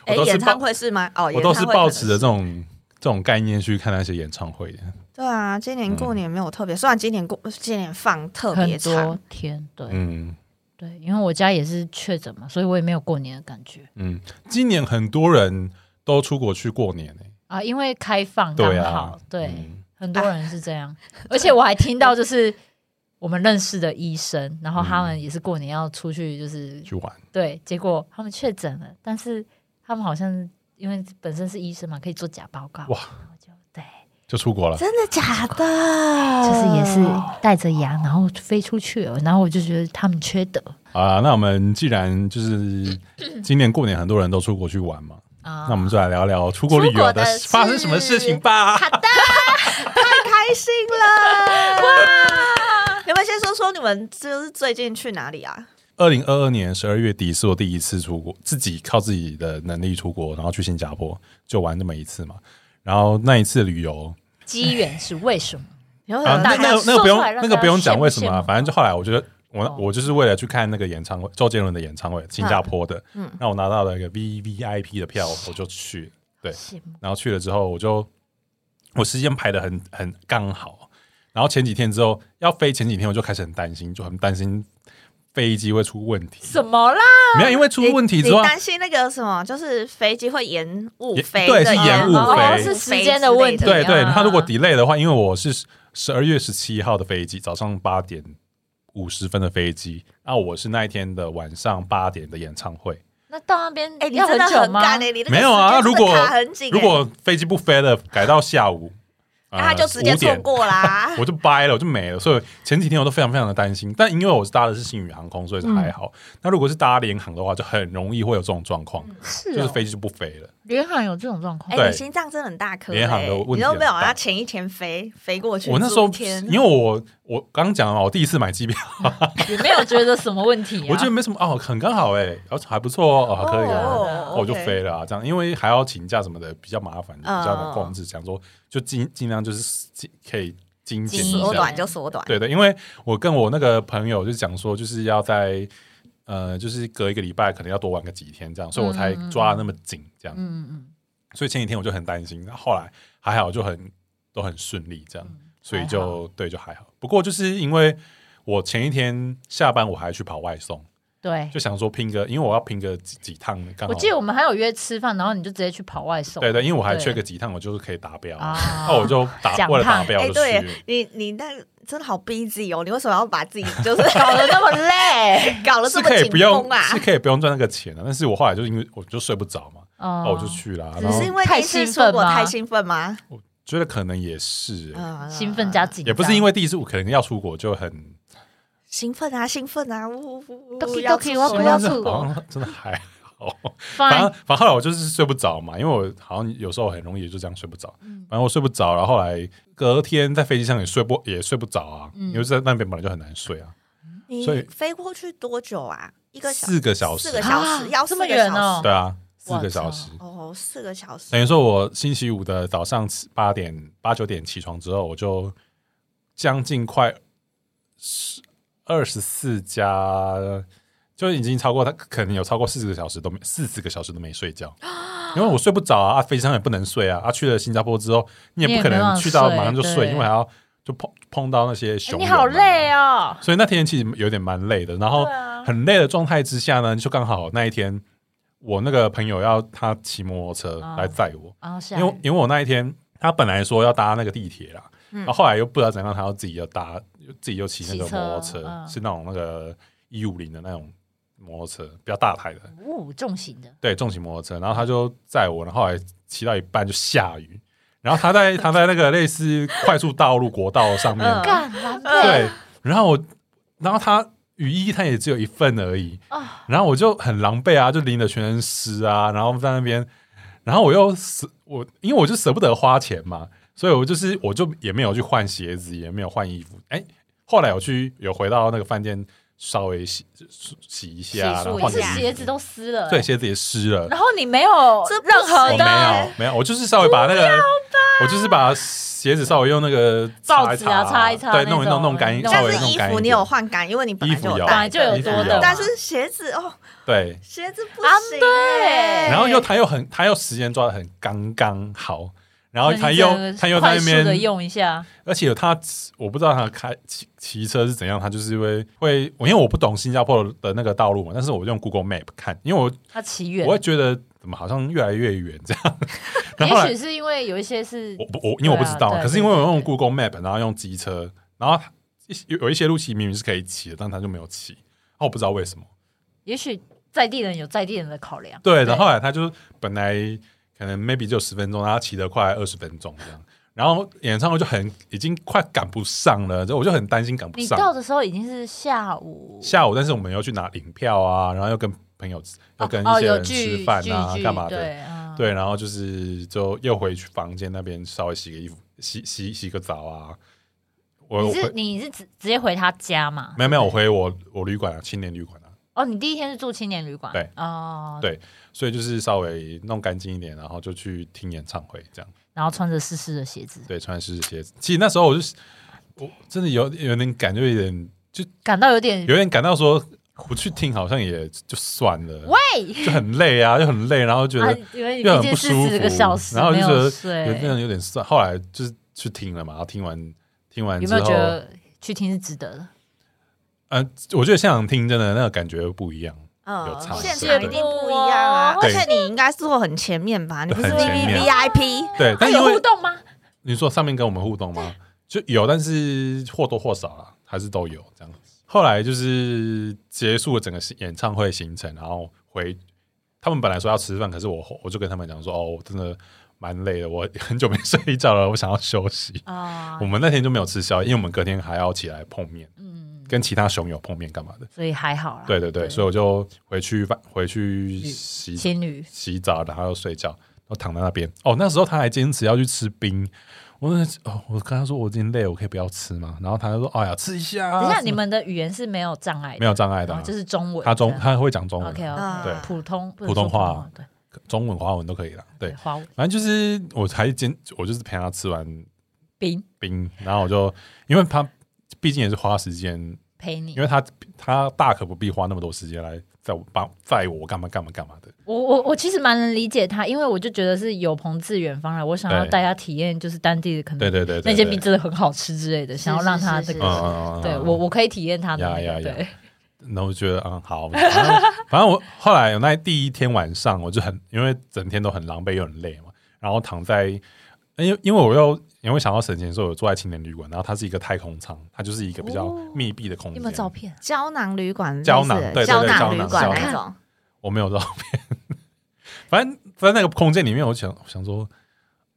Speaker 2: 哎，
Speaker 1: 我都是
Speaker 2: 演唱
Speaker 1: 抱
Speaker 2: 会是吗？哦，
Speaker 1: 我都是抱持
Speaker 2: 持
Speaker 1: 着这种这种概念去看那些演唱会的，
Speaker 2: 对啊，今年
Speaker 1: 嗯
Speaker 2: 过年没有特别，虽然今年过今年放特别
Speaker 3: 很
Speaker 2: 长
Speaker 3: 多，天，对
Speaker 1: 嗯。
Speaker 3: 对，因为我家也是确诊嘛，所以我也没有过年的感觉
Speaker 1: 嗯，今年很多人都出国去过年、欸、
Speaker 3: 啊，因为开
Speaker 2: 嗯
Speaker 3: 放
Speaker 1: 对
Speaker 3: 刚
Speaker 1: 啊
Speaker 3: 好，，对，
Speaker 1: 嗯
Speaker 3: 很多人是这样，而且我还听到就是。我们认识的医生，然后他们也是过年要出去，就是
Speaker 1: 去玩，
Speaker 3: 对，结果他们确诊了，但是他们好像因为本身是医生嘛，可以做假报告。
Speaker 1: 哇
Speaker 3: 然后就对，
Speaker 1: 就出国了。
Speaker 2: 真的假的？
Speaker 3: 就是也是带着牙，然后飞出去了，然后我就觉得他们缺德
Speaker 1: 好啦，啊那我们既然就是 今年过年很多人都出国去玩嘛，
Speaker 3: 啊
Speaker 1: 那我们就来聊聊出国旅
Speaker 2: 出国
Speaker 1: 游
Speaker 2: 的事
Speaker 1: 发生什么事情吧。
Speaker 2: 好的，太开心 了！哇，你们先说说你们就是最近去哪里啊？
Speaker 1: 二零二二年十二月底是我第一次出国，自己靠自己的能力出国，然后去新加坡就玩那么一次嘛。然后那一次旅游
Speaker 3: 机缘是为什么？
Speaker 2: 你会
Speaker 1: 啊，
Speaker 2: 有
Speaker 1: 那
Speaker 3: 呃大家
Speaker 1: 那个那个不用
Speaker 3: 说出来让
Speaker 1: 那个不用
Speaker 3: 大家羡
Speaker 1: 讲
Speaker 3: 慕
Speaker 1: 为什么、
Speaker 3: 羡
Speaker 1: 啊，
Speaker 3: 慕
Speaker 1: 反正就后来我觉得我、
Speaker 3: 哦啊
Speaker 1: 我就是为了去看那个演唱会，周杰伦的演唱会，新加坡的，
Speaker 2: 嗯
Speaker 1: 那我拿到了一个 V V I P 的票，我就去，对
Speaker 3: 羡慕
Speaker 1: 然后去了之后我就我时间排的很很刚好，然后前几天之后要飞前几天我就开始很担心，就很担心飞机会出问题，
Speaker 3: 什么啦？
Speaker 1: 没有因为出问题
Speaker 2: 你
Speaker 1: 之后，
Speaker 2: 担心那个什么，就是飞机会延误
Speaker 1: 也
Speaker 2: 飞
Speaker 1: 对
Speaker 2: 的，
Speaker 1: 是延误
Speaker 2: 哦
Speaker 1: 飞
Speaker 2: 是时间问题。
Speaker 1: 对对，
Speaker 3: 啊
Speaker 1: 他如果 delay 的话，因为我是十二月十七号的飞机，早上八点五十分的飞机，那我是那一天的晚上八点的演唱会。
Speaker 3: 那到那边
Speaker 2: 哎，你
Speaker 3: 要
Speaker 2: 真
Speaker 3: 很欸
Speaker 2: 的
Speaker 3: 久
Speaker 2: 很
Speaker 3: 吗？
Speaker 2: 赶哎，你那个
Speaker 1: 没有啊，
Speaker 2: 时
Speaker 1: 如
Speaker 2: 间真的
Speaker 1: 果
Speaker 2: 卡很紧
Speaker 1: 如
Speaker 2: 哎，
Speaker 1: 果飞机不飞了，改到下 午，
Speaker 2: 那
Speaker 1: 呃
Speaker 2: 啊他就直接
Speaker 1: 5
Speaker 2: 错
Speaker 1: 点。
Speaker 2: 过啦
Speaker 1: 我就掰了，我就没了。所以前几天我都非常非常的担心，但因为我是搭的是信宇航空，所以是还好。
Speaker 2: 嗯
Speaker 1: 那如果是搭联航的话，就很容易会有这种状况，
Speaker 3: 是
Speaker 1: 就是
Speaker 3: 哦，
Speaker 1: 飞机就不飞了。
Speaker 3: 联航有这种状况
Speaker 2: 哎、
Speaker 1: 对
Speaker 2: 你心脏真的很大颗、欸，
Speaker 1: 联航的问题
Speaker 2: 你都没有
Speaker 1: 很大
Speaker 2: 要前一天飞飞过去住一
Speaker 1: 我
Speaker 2: 天，
Speaker 1: 那时候因为我我刚刚讲了嘛，我第一次买机票，
Speaker 3: 也没有觉得什么问题啊。
Speaker 1: 我觉得没什么哦，很刚好哎、然后还不错哦，哦可以啊。
Speaker 2: 哦
Speaker 1: 我就
Speaker 2: OK
Speaker 1: 飞了啊，这样因为还要请假什么的，比较麻烦，比
Speaker 2: 嗯
Speaker 1: 较难控制。讲说就尽尽量就是尽可以精简一
Speaker 3: 精
Speaker 2: 缩
Speaker 1: 下，
Speaker 2: 短就缩短，
Speaker 1: 对的，因为我跟我那个朋友就讲说，就是要在呃，就是隔一个礼拜可能要多玩个几天这样，所以我
Speaker 2: 嗯
Speaker 1: 才抓得那么紧这样。
Speaker 3: 嗯嗯
Speaker 1: 所以前几天我就很担心，那后来还好，就很都很顺利这样，
Speaker 2: 嗯
Speaker 1: 所以就对就还好。不过就是因为我前一天下班我还去跑外送，
Speaker 3: 对。
Speaker 1: 就想说拼个，因为我要拼个几几趟，刚好
Speaker 3: 我记得我们还有约吃饭，然后你就直接去跑外送。
Speaker 1: 对对，因为我还缺
Speaker 3: 对
Speaker 1: 个几趟，我就是可以达标。
Speaker 3: 啊，
Speaker 1: 那我就打
Speaker 3: 讲
Speaker 1: 为了达
Speaker 3: 胖
Speaker 1: 标
Speaker 2: 哎、
Speaker 1: 我就去了，
Speaker 2: 对你你那个真的好 busy 哦，你为什么要把自己就是
Speaker 3: 搞得那么累，
Speaker 2: 搞得
Speaker 1: 是
Speaker 2: 这么
Speaker 1: 可以
Speaker 2: 紧
Speaker 1: 不用
Speaker 2: 绷啊？
Speaker 1: 是可以不用赚那个钱的、啊但是我后来就是因为我就睡不着嘛，
Speaker 3: 哦
Speaker 1: 那我就去啦。
Speaker 3: 只
Speaker 1: 然
Speaker 2: 只
Speaker 1: 后
Speaker 2: 是因为
Speaker 3: 太
Speaker 2: 第一次
Speaker 3: 兴
Speaker 2: 出
Speaker 3: 奋
Speaker 2: 国
Speaker 3: 吗
Speaker 2: 太兴奋吗？
Speaker 1: 觉得可能也是欸、
Speaker 2: 嗯，
Speaker 3: 兴奋加紧张，
Speaker 1: 也不是因为第一次我可能要出国就很，
Speaker 2: 兴奋啊，兴奋啊，呜呜呜，
Speaker 3: Doki
Speaker 2: 要
Speaker 3: Doki，
Speaker 2: 出
Speaker 3: 我要
Speaker 2: 国哎
Speaker 3: 不
Speaker 1: 但
Speaker 3: 要
Speaker 1: 是
Speaker 3: 出
Speaker 1: 好
Speaker 3: 国
Speaker 1: 像真的 还好。反正
Speaker 3: fine，
Speaker 1: 反正后来我就是睡不着嘛，因为我好像有时候很容易就这样睡不着。
Speaker 3: 嗯
Speaker 1: 反正我睡不着，然后后来隔天在飞机上也睡不也睡不着啊，
Speaker 3: 嗯
Speaker 1: 因为在那边本来就很难睡啊。
Speaker 2: 你
Speaker 1: 所以
Speaker 2: 飞过去多久啊？一个小
Speaker 1: 四个小时
Speaker 2: 四个小时，
Speaker 3: 啊
Speaker 2: 要
Speaker 3: 这
Speaker 2: 四
Speaker 3: 么
Speaker 2: 个
Speaker 3: 远
Speaker 2: 小时
Speaker 3: 哦
Speaker 1: 对啊，四
Speaker 3: 哇
Speaker 1: 个小
Speaker 3: 操
Speaker 1: 时。
Speaker 2: 哦，四个小时
Speaker 1: 等于说，我星期五的早上起八点八九点起床之后，我就将近快十二十四加，就已经超过他可能有超过四十个小时都没四十个小时都没睡觉，因为我睡不着啊，啊飞机上也不能睡啊，啊去了新加坡之后，你
Speaker 3: 你
Speaker 1: 也
Speaker 3: 也
Speaker 1: 不可
Speaker 3: 没办
Speaker 1: 能
Speaker 3: 法
Speaker 1: 去到
Speaker 3: 睡
Speaker 1: 马上就睡，
Speaker 3: 对哎
Speaker 1: 因为还要就碰碰到那些熊、
Speaker 3: 你好累
Speaker 1: 啊。
Speaker 3: 哦，
Speaker 1: 所以那天其实有点蛮累的，然后
Speaker 3: 对啊
Speaker 1: 很累的状态之下呢，就刚好那一天我那个朋友要他骑摩托车
Speaker 3: 哦
Speaker 1: 来载我，
Speaker 3: 然后下
Speaker 1: 因为
Speaker 3: 雨
Speaker 1: 因为我那一天他本来说要搭那个地铁啦，
Speaker 2: 嗯
Speaker 1: 然后后来又不知道怎样，他要自己要搭，自己又骑那个
Speaker 3: 骑车
Speaker 1: 摩托车，
Speaker 3: 嗯
Speaker 1: 是那种那个一五零的那种摩托车，比较大台的，
Speaker 3: 雾重型的，
Speaker 1: 对，重型摩托车。然后他就载我，然后后来骑到一半就下雨，然后他在他在那个类似快速道路国道上面，
Speaker 2: 嗯
Speaker 3: 干狼狈
Speaker 1: 对，然后我，然后他雨衣他也只有一份而已，
Speaker 3: 啊，
Speaker 1: 然后我就很狼狈啊，就淋得全身湿啊，然后在那边，然后我又舍我，因为我就舍不得花钱嘛，所以我就是我就也没有去换鞋子，也没有换衣服。哎，后来我去有回到那个饭店稍微洗洗洗一下，
Speaker 2: 洗
Speaker 1: 然
Speaker 2: 漱
Speaker 1: 后
Speaker 2: 一
Speaker 1: 换个
Speaker 3: 但是
Speaker 1: 衣服
Speaker 3: 鞋子都湿了，
Speaker 1: 对，鞋子也湿了。
Speaker 3: 然后你没有
Speaker 2: 这不
Speaker 3: 任何
Speaker 1: 我没
Speaker 2: 行
Speaker 3: 的
Speaker 1: 有没有，我就是稍微把那个，我就是把鞋子稍微用那个
Speaker 3: 报
Speaker 1: 擦一
Speaker 3: 纸啊擦一擦
Speaker 1: 对，
Speaker 3: 那
Speaker 1: 弄一弄
Speaker 3: 种
Speaker 1: 弄干，
Speaker 3: 弄
Speaker 1: 稍
Speaker 2: 但
Speaker 1: 微
Speaker 2: 是
Speaker 1: 弄
Speaker 2: 衣
Speaker 1: 干一
Speaker 2: 服
Speaker 1: 点
Speaker 2: 你有换干，因为你本
Speaker 1: 衣
Speaker 2: 来
Speaker 1: 服
Speaker 2: 就
Speaker 1: 有
Speaker 3: 本
Speaker 2: 带
Speaker 3: 来，就有
Speaker 1: 衣服
Speaker 3: 多
Speaker 1: 有
Speaker 3: 的嘛，
Speaker 2: 但是鞋子哦，
Speaker 1: 对，
Speaker 2: 鞋子不
Speaker 3: 啊
Speaker 2: 行
Speaker 3: 对
Speaker 2: 欸，
Speaker 1: 然后又他又很他又时间抓的很刚刚好，然后
Speaker 3: 所以
Speaker 1: 他
Speaker 3: 你
Speaker 1: 又
Speaker 3: 整个
Speaker 1: 他又在
Speaker 3: 快
Speaker 1: 那
Speaker 3: 速的
Speaker 1: 边，
Speaker 3: 用一下，
Speaker 1: 而且他我不知道他开骑骑车是怎样，他就是会会，我因为我不懂新加坡的那个道路嘛，但是我用 Google Map 看，因为我
Speaker 3: 它起远
Speaker 1: 我，会觉得怎么好像越来越远这 样，然后后
Speaker 3: 也许
Speaker 1: 来
Speaker 3: 是因为有一些是
Speaker 1: 我不我因为我不知道
Speaker 3: 对啊，对
Speaker 1: 可是因为我
Speaker 3: 对对
Speaker 1: 用
Speaker 3: 对
Speaker 1: Google Map，然后用机车，然后一些有有一些路骑明明是可以骑的，但他就没有骑，然后我不知道为什么。
Speaker 3: 也许在地人有在地人的考量，
Speaker 1: 对，然后后来他就本来可能 maybe 就十分钟，然后他骑得快二十分钟这样，然后演唱会就很已经快赶不上了，就我就很担心赶不
Speaker 3: 你
Speaker 1: 上。
Speaker 3: 到的时候已经是下午，
Speaker 1: 下午，但是我们又去拿领票啊，然后又跟朋友要跟
Speaker 3: 哦
Speaker 1: 一些
Speaker 3: 有
Speaker 1: 人
Speaker 3: 聚
Speaker 1: 吃饭啊，
Speaker 3: 聚聚
Speaker 1: 干嘛的？
Speaker 3: 对，嗯
Speaker 1: 对，然后就是就又回去房间那边稍微洗个衣服，洗洗洗个澡啊。我
Speaker 3: 你
Speaker 1: 我
Speaker 3: 是
Speaker 1: 回
Speaker 3: 你是直直接回他家嘛？
Speaker 1: 没有没有，我回我我旅馆啊，青年旅馆啊，
Speaker 3: 哦，你第一天是住青年旅馆，
Speaker 1: 对
Speaker 3: 哦，
Speaker 1: 对所以就是稍微弄干净一点，然后就去听演唱会这样。
Speaker 3: 然后穿着湿湿的鞋子，
Speaker 1: 对，穿湿鞋子。其实那时候我就是，我真的有有点感觉，有点就
Speaker 3: 感到有点
Speaker 1: 有点感到说，不去听好像也就算了，
Speaker 3: 喂，
Speaker 1: 就很累啊，就很累，然后觉
Speaker 3: 啊
Speaker 1: 得，
Speaker 3: 因为你
Speaker 1: 又很
Speaker 3: 毕竟
Speaker 1: 不
Speaker 3: 是
Speaker 1: 舒
Speaker 3: 四个小
Speaker 1: 服，
Speaker 3: 时
Speaker 1: 然后就
Speaker 3: 没
Speaker 1: 觉
Speaker 3: 有
Speaker 1: 得
Speaker 3: 睡，
Speaker 1: 有点有点算。后来就是去听了嘛，然后听完听完
Speaker 3: 有
Speaker 1: 之
Speaker 3: 没有
Speaker 1: 后
Speaker 3: 觉，得去听是值得的？
Speaker 1: 呃，我觉得现场听真的那个感觉不一样，有
Speaker 2: 嗯
Speaker 1: 差，
Speaker 2: 现
Speaker 1: 是
Speaker 2: 场一
Speaker 1: 的
Speaker 2: 定不一样啊！而
Speaker 1: 对
Speaker 2: 且你应该是坐很前面吧？你不是
Speaker 1: 很前
Speaker 2: V
Speaker 1: 面
Speaker 2: V I P？
Speaker 1: 对。
Speaker 3: 它
Speaker 1: 但因
Speaker 3: 有互
Speaker 1: 为
Speaker 3: 动吗？
Speaker 1: 你说上面跟我们互动吗？就有，但是或多或少啦，还是都有这样。后来就是结束了整个演唱会行程，然后回他们本来说要吃饭，可是我我就跟他们讲说，哦，我真的蛮累的，我很久没睡觉了，我想要休息。
Speaker 2: 哦
Speaker 3: 啊
Speaker 1: 我，们那天就没有吃宵夜，因为我们隔天还要起来碰面，
Speaker 3: 嗯，
Speaker 1: 跟其他熊友碰面干嘛的。
Speaker 3: 所以还好啦。
Speaker 1: 对对对，所以我就回去饭回去
Speaker 3: 嗯
Speaker 1: 洗
Speaker 3: 情侣
Speaker 1: 洗澡，然后又睡觉，然后躺在那边。哦，那时候他还坚持要去吃冰，我那哦，我跟他说我已经累了，我可以不要吃嘛。然后他就说：“哎呀，吃一下、啊。”
Speaker 3: 等一下，
Speaker 1: 什么
Speaker 3: 你们的语言哦是没有障碍的，
Speaker 1: 没有障碍的啊、
Speaker 3: 哦就是中文，
Speaker 1: 他中
Speaker 3: 这样
Speaker 1: 他会讲中文
Speaker 3: OK
Speaker 2: 对
Speaker 3: OK，普通不能
Speaker 1: 普通
Speaker 3: 说
Speaker 1: 话
Speaker 3: 对
Speaker 1: 中文、华文都可以啦。对
Speaker 3: 对，花文
Speaker 1: 反正就是我还坚，我就是陪他吃完
Speaker 3: 冰
Speaker 1: 冰，然后我就因为他毕竟也是花时间，
Speaker 3: 陪你
Speaker 1: 因。为他他大可不必花那么多时间来在我帮在我干嘛干嘛干嘛的。
Speaker 3: 我我我其实蛮能理解他，因为我就觉得是有朋自远方来，我想要
Speaker 1: 对
Speaker 3: 带他体验就是当地的可
Speaker 1: 对
Speaker 3: 能
Speaker 1: 对对对
Speaker 3: 那间冰
Speaker 1: 对
Speaker 3: 真的很好吃之类的，想要让他
Speaker 2: 是
Speaker 3: 这
Speaker 2: 是
Speaker 1: 嗯
Speaker 3: 个。
Speaker 1: 嗯嗯嗯
Speaker 3: 对我，我可以体验他的
Speaker 1: 呀
Speaker 3: 那
Speaker 1: 呀
Speaker 3: 个，
Speaker 1: 呀
Speaker 3: 对，
Speaker 1: 然后我就觉得嗯好，反正反正我后来那第一天晚上我就很，因为整天都很狼狈又很累嘛，然后躺在，因为因为我又因为想要省钱，所以我住在青年旅馆，然后它是一个太空舱，它就是一个比较
Speaker 3: 哦
Speaker 1: 密闭的空
Speaker 3: 有
Speaker 1: 间。
Speaker 3: 没有照片？
Speaker 2: 胶囊旅馆类似的，
Speaker 1: 胶囊对对对
Speaker 2: 胶
Speaker 1: 胶
Speaker 2: 囊旅
Speaker 1: 囊
Speaker 2: 馆
Speaker 1: 胶
Speaker 2: 那
Speaker 3: 囊
Speaker 2: 种，
Speaker 1: 我没有照片，反正在那个空间里面，我想我想说，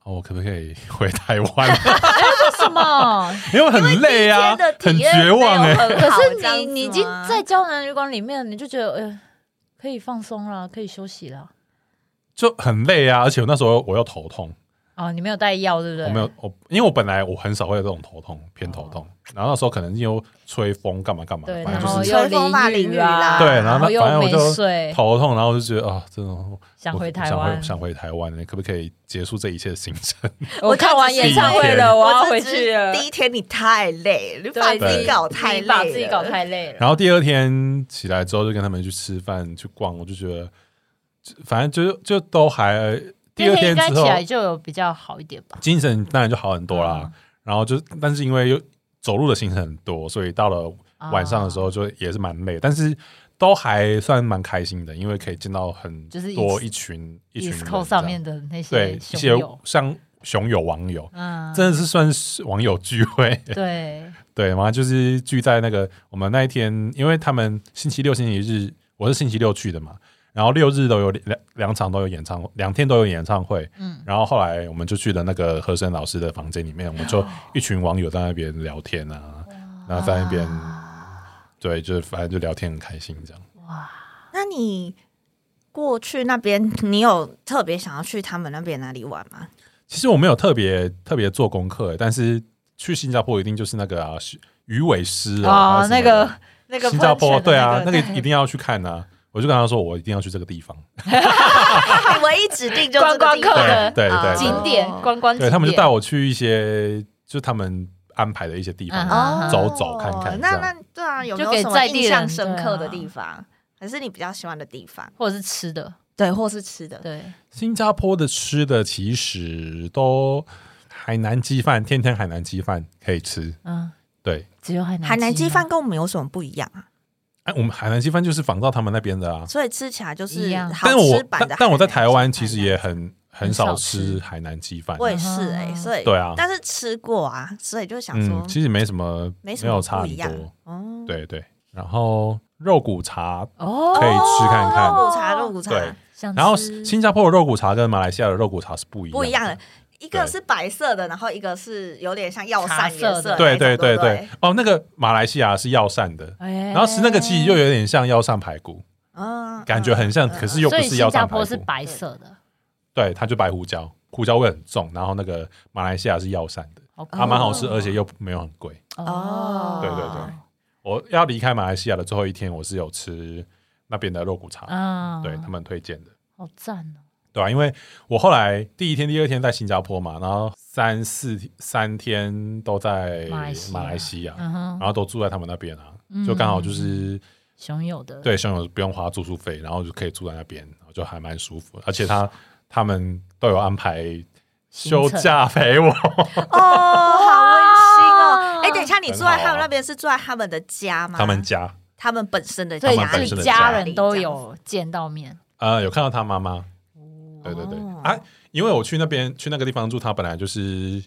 Speaker 1: 哦，我可不可以回台湾？
Speaker 3: 为什么？
Speaker 1: 因为很累啊
Speaker 2: 今天的，体
Speaker 1: 很
Speaker 2: 验
Speaker 1: 绝望
Speaker 2: 没
Speaker 1: 哎、
Speaker 2: 有很
Speaker 3: 可
Speaker 2: 好
Speaker 3: 是
Speaker 2: 这样
Speaker 3: 你
Speaker 2: 子
Speaker 3: 你已经
Speaker 2: 吗
Speaker 3: 在胶囊旅馆里面，你就觉得呃，可以放松了，可以休息了。
Speaker 1: 就很累啊，而且我那时候我又头痛，
Speaker 3: 哦，你没有带药对不对？哦
Speaker 1: 我没有，我因为我本来我很少会有这种头痛，偏头痛。然后那时候可能又吹风干嘛干嘛，
Speaker 3: 对，
Speaker 1: 反
Speaker 3: 然
Speaker 1: 正就
Speaker 3: 后
Speaker 1: 是
Speaker 2: 是
Speaker 3: 又
Speaker 2: 吹风嘛淋
Speaker 3: 淋
Speaker 2: 雨
Speaker 3: 啊，
Speaker 2: 啦
Speaker 1: 对然后
Speaker 3: 又
Speaker 1: 反正我
Speaker 3: 没
Speaker 1: 就
Speaker 3: 睡，
Speaker 1: 头痛，然后就觉得啊，真的我
Speaker 3: 想回台
Speaker 1: 想
Speaker 3: 湾。
Speaker 1: 想回台湾，可不可以结束这一切的行程？
Speaker 3: 我看完演唱会了，我要回去了。
Speaker 2: 第一天你太累，你把自己搞太累
Speaker 3: 你
Speaker 2: 了，
Speaker 3: 把自己搞太累了。
Speaker 1: 然后第二天起来之后，就跟他们去吃饭、去逛，我就觉得，反正就就都还。第二
Speaker 3: 那应该
Speaker 1: 之
Speaker 3: 起
Speaker 1: 后，
Speaker 3: 来嗯就有比较好一点吧。
Speaker 1: 精神当然就好很多啦。然后就，但是因为又走路的行程很多，所以到了
Speaker 3: 啊
Speaker 1: 晚上的时候就也是蛮累，但是都还算蛮开心的，因为可以见到很
Speaker 3: 就是
Speaker 1: 多
Speaker 3: East-
Speaker 1: 一群一群人
Speaker 3: East
Speaker 1: 这
Speaker 3: Coast
Speaker 1: 样
Speaker 3: 上面的那
Speaker 1: 对
Speaker 3: 些
Speaker 1: 一
Speaker 3: 熊
Speaker 1: 些
Speaker 3: 友，
Speaker 1: 像熊友网友，
Speaker 3: 嗯，
Speaker 1: 真的是算是网友聚会，
Speaker 3: 对，
Speaker 1: 对，然后就是聚在那个我们那一天，因为他们星期六、星期日，我是星期六去的嘛，然后六日都有两两场都有演唱会，两天都有演唱会，
Speaker 3: 嗯
Speaker 1: 然后后来我们就去了那个和声老师的房间里面，我们就
Speaker 3: 啊
Speaker 1: 一群网友在那边聊天啊，然后在那边
Speaker 3: 啊
Speaker 1: 对，就是反正就聊天很开心这样。
Speaker 2: 那你过去那边，你有特别想要去他们那边哪里玩 吗？
Speaker 1: 其实我没有特别特别做功课，欸但是去新加坡一定就是那个啊，鱼尾狮啊，
Speaker 3: 哦，
Speaker 1: 还
Speaker 3: 那
Speaker 1: 是什么
Speaker 3: 个
Speaker 1: 的
Speaker 3: 那个
Speaker 1: 新加坡
Speaker 3: 喷泉的
Speaker 1: 对啊，那
Speaker 3: 那
Speaker 1: 个一定要去看啊。我就跟他说，我一定要去这个地方。
Speaker 2: 你唯一指定就这个地方
Speaker 3: 观光客的
Speaker 1: 对对对对
Speaker 3: 景点
Speaker 2: 哦
Speaker 3: 观光景
Speaker 1: 对
Speaker 3: 点，
Speaker 1: 他们就带我去一些，就他们安排的一些地方。
Speaker 3: 嗯
Speaker 1: 啊
Speaker 2: 哦，
Speaker 1: 走走看看
Speaker 2: 那
Speaker 1: 这样
Speaker 2: 那对啊，有没
Speaker 3: 就给
Speaker 2: 有什么
Speaker 3: 在地
Speaker 2: 印象
Speaker 3: 人
Speaker 2: 深刻的
Speaker 3: 对啊
Speaker 2: 地方，还是你比较喜欢的地方？
Speaker 3: 或者是吃的，
Speaker 2: 对，或是吃的，
Speaker 3: 对，
Speaker 1: 新加坡的吃的其实都海南鸡饭，天天海南鸡饭可以吃。
Speaker 3: 嗯，
Speaker 1: 对，
Speaker 3: 只有海南
Speaker 2: 海南鸡
Speaker 3: 吗
Speaker 2: 饭跟我们有什么不一样啊？
Speaker 1: 哎，我们海南鸡饭就是仿照他们那边的啊。
Speaker 2: 所以吃起来就是
Speaker 3: 一样嗯
Speaker 2: 好
Speaker 1: 但我
Speaker 2: 吃版
Speaker 1: 但
Speaker 2: 的
Speaker 1: 但我在
Speaker 2: 海
Speaker 1: 台
Speaker 2: 南
Speaker 1: 湾
Speaker 2: 鸡
Speaker 1: 其实
Speaker 2: 饭
Speaker 1: 也很很
Speaker 3: 少
Speaker 1: 少
Speaker 3: 吃
Speaker 1: 吃海南鸡饭，
Speaker 2: 我也是哎、
Speaker 3: 嗯
Speaker 2: 所以
Speaker 1: 对啊
Speaker 2: 但是吃过啊，所以就想说，
Speaker 1: 嗯，其实没什么，
Speaker 2: 没什
Speaker 1: 有
Speaker 2: 么
Speaker 1: 差
Speaker 2: 不
Speaker 1: 很
Speaker 2: 一样
Speaker 1: 多。
Speaker 2: 哦，
Speaker 1: 对对，然后肉骨茶，
Speaker 3: 哦，
Speaker 1: 可以吃看看
Speaker 2: 肉骨茶，肉骨茶
Speaker 1: 对
Speaker 3: 想吃
Speaker 1: 然后新加坡的肉骨茶跟马来西亚的肉骨茶是不一样
Speaker 2: 不一样的，一个
Speaker 1: 对
Speaker 2: 是白色的，然后一个是有点像药膳
Speaker 3: 茶色的
Speaker 2: 颜色，
Speaker 1: 对
Speaker 2: 对
Speaker 1: 对对
Speaker 2: 不
Speaker 1: 对，哦，那个马来西亚是药膳的，
Speaker 3: 哎，
Speaker 1: 然后吃那个其实又有点像药膳排骨，
Speaker 2: 嗯，
Speaker 1: 感觉很像，
Speaker 2: 嗯
Speaker 1: 可是又不
Speaker 3: 所以
Speaker 1: 是药
Speaker 3: 新加
Speaker 1: 膳排
Speaker 3: 坡是
Speaker 1: 骨。
Speaker 3: 白色的，
Speaker 1: 对，它就白胡椒，胡椒味很重，然后那个马来西亚是药膳的，
Speaker 3: 好酷
Speaker 1: 它蛮好吃，
Speaker 2: 哦
Speaker 1: 而且又没有很贵。
Speaker 3: 哦，
Speaker 1: 对对对，我要离开马来西亚的最后一天，我是有吃那边的肉骨茶，
Speaker 3: 嗯，
Speaker 1: 对他们推荐的。
Speaker 3: 好赞哦，
Speaker 1: 对啊，因为我后来第一天、第二天在新加坡嘛，然后三四三天都在
Speaker 3: 马来西亚
Speaker 1: 马来西亚，
Speaker 3: 嗯哼，
Speaker 1: 然后都住在他们那边啊，
Speaker 3: 嗯
Speaker 1: 就刚好就是
Speaker 3: 熊友的，
Speaker 1: 对，像有不用花住宿费，然后就可以住在那边，然后就还蛮舒服的，而且他他们都有安排休
Speaker 3: 行程
Speaker 1: 假陪 我，
Speaker 2: 哦，好温馨哦
Speaker 3: 哇！
Speaker 2: 哎，等一下，你住在他
Speaker 1: 很好
Speaker 2: 们
Speaker 1: 啊
Speaker 2: 那边是住在他们的家吗？
Speaker 1: 他们家
Speaker 2: 他们本身的
Speaker 3: 所
Speaker 2: 家
Speaker 3: 以
Speaker 1: 他们本
Speaker 2: 里，
Speaker 1: 身的
Speaker 3: 是家
Speaker 1: 家
Speaker 3: 人都有见到面，
Speaker 1: 呃有看到他妈妈，
Speaker 3: 哦
Speaker 1: 对对对、
Speaker 2: 哦
Speaker 1: 啊，因为我去那边去那个地方住，他本来就是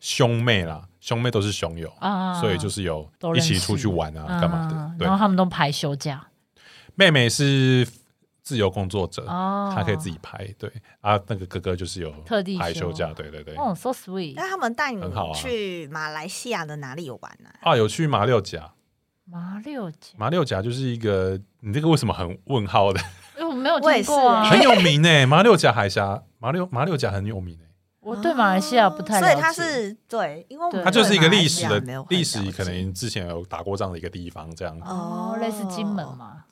Speaker 1: 兄妹啦，兄妹都是兄友。
Speaker 3: 啊，
Speaker 1: 所以就是有
Speaker 3: 都
Speaker 1: 一
Speaker 3: 认识
Speaker 1: 起出去玩啊，干嘛的
Speaker 3: 嗯？
Speaker 1: 对
Speaker 3: 然，后他们都排休假
Speaker 1: 妹妹是自由工作者，
Speaker 3: 哦，
Speaker 1: 她可以自己排。对啊，那个哥哥就是有
Speaker 3: 特地
Speaker 1: 排休
Speaker 3: 休
Speaker 1: 假，对对对。
Speaker 3: 哦，so sweet，
Speaker 2: 那他们带你
Speaker 1: 很好啊
Speaker 2: 去马来西亚的哪里玩呢？
Speaker 1: 啊，有去马六甲，
Speaker 3: 马六甲，
Speaker 1: 马六甲就是一个，你这个为什么很问号的？
Speaker 3: 因为哎我没有
Speaker 2: 我也
Speaker 3: 听过啊
Speaker 2: 是，
Speaker 1: 很有名呢，马六甲海峡，马六马六甲很有名欸呢，
Speaker 3: 我对马来西亚不太了
Speaker 2: 所
Speaker 3: 解，
Speaker 2: 以它是对，因为我们
Speaker 3: 对
Speaker 1: 它就是一个
Speaker 2: 对马来
Speaker 1: 历
Speaker 2: 西
Speaker 1: 史
Speaker 2: 亚
Speaker 1: 的
Speaker 2: 没有很
Speaker 1: 历史
Speaker 2: 了，解
Speaker 1: 可能之前有打过仗的一个地方，这样，
Speaker 3: 哦，类似金门 嘛，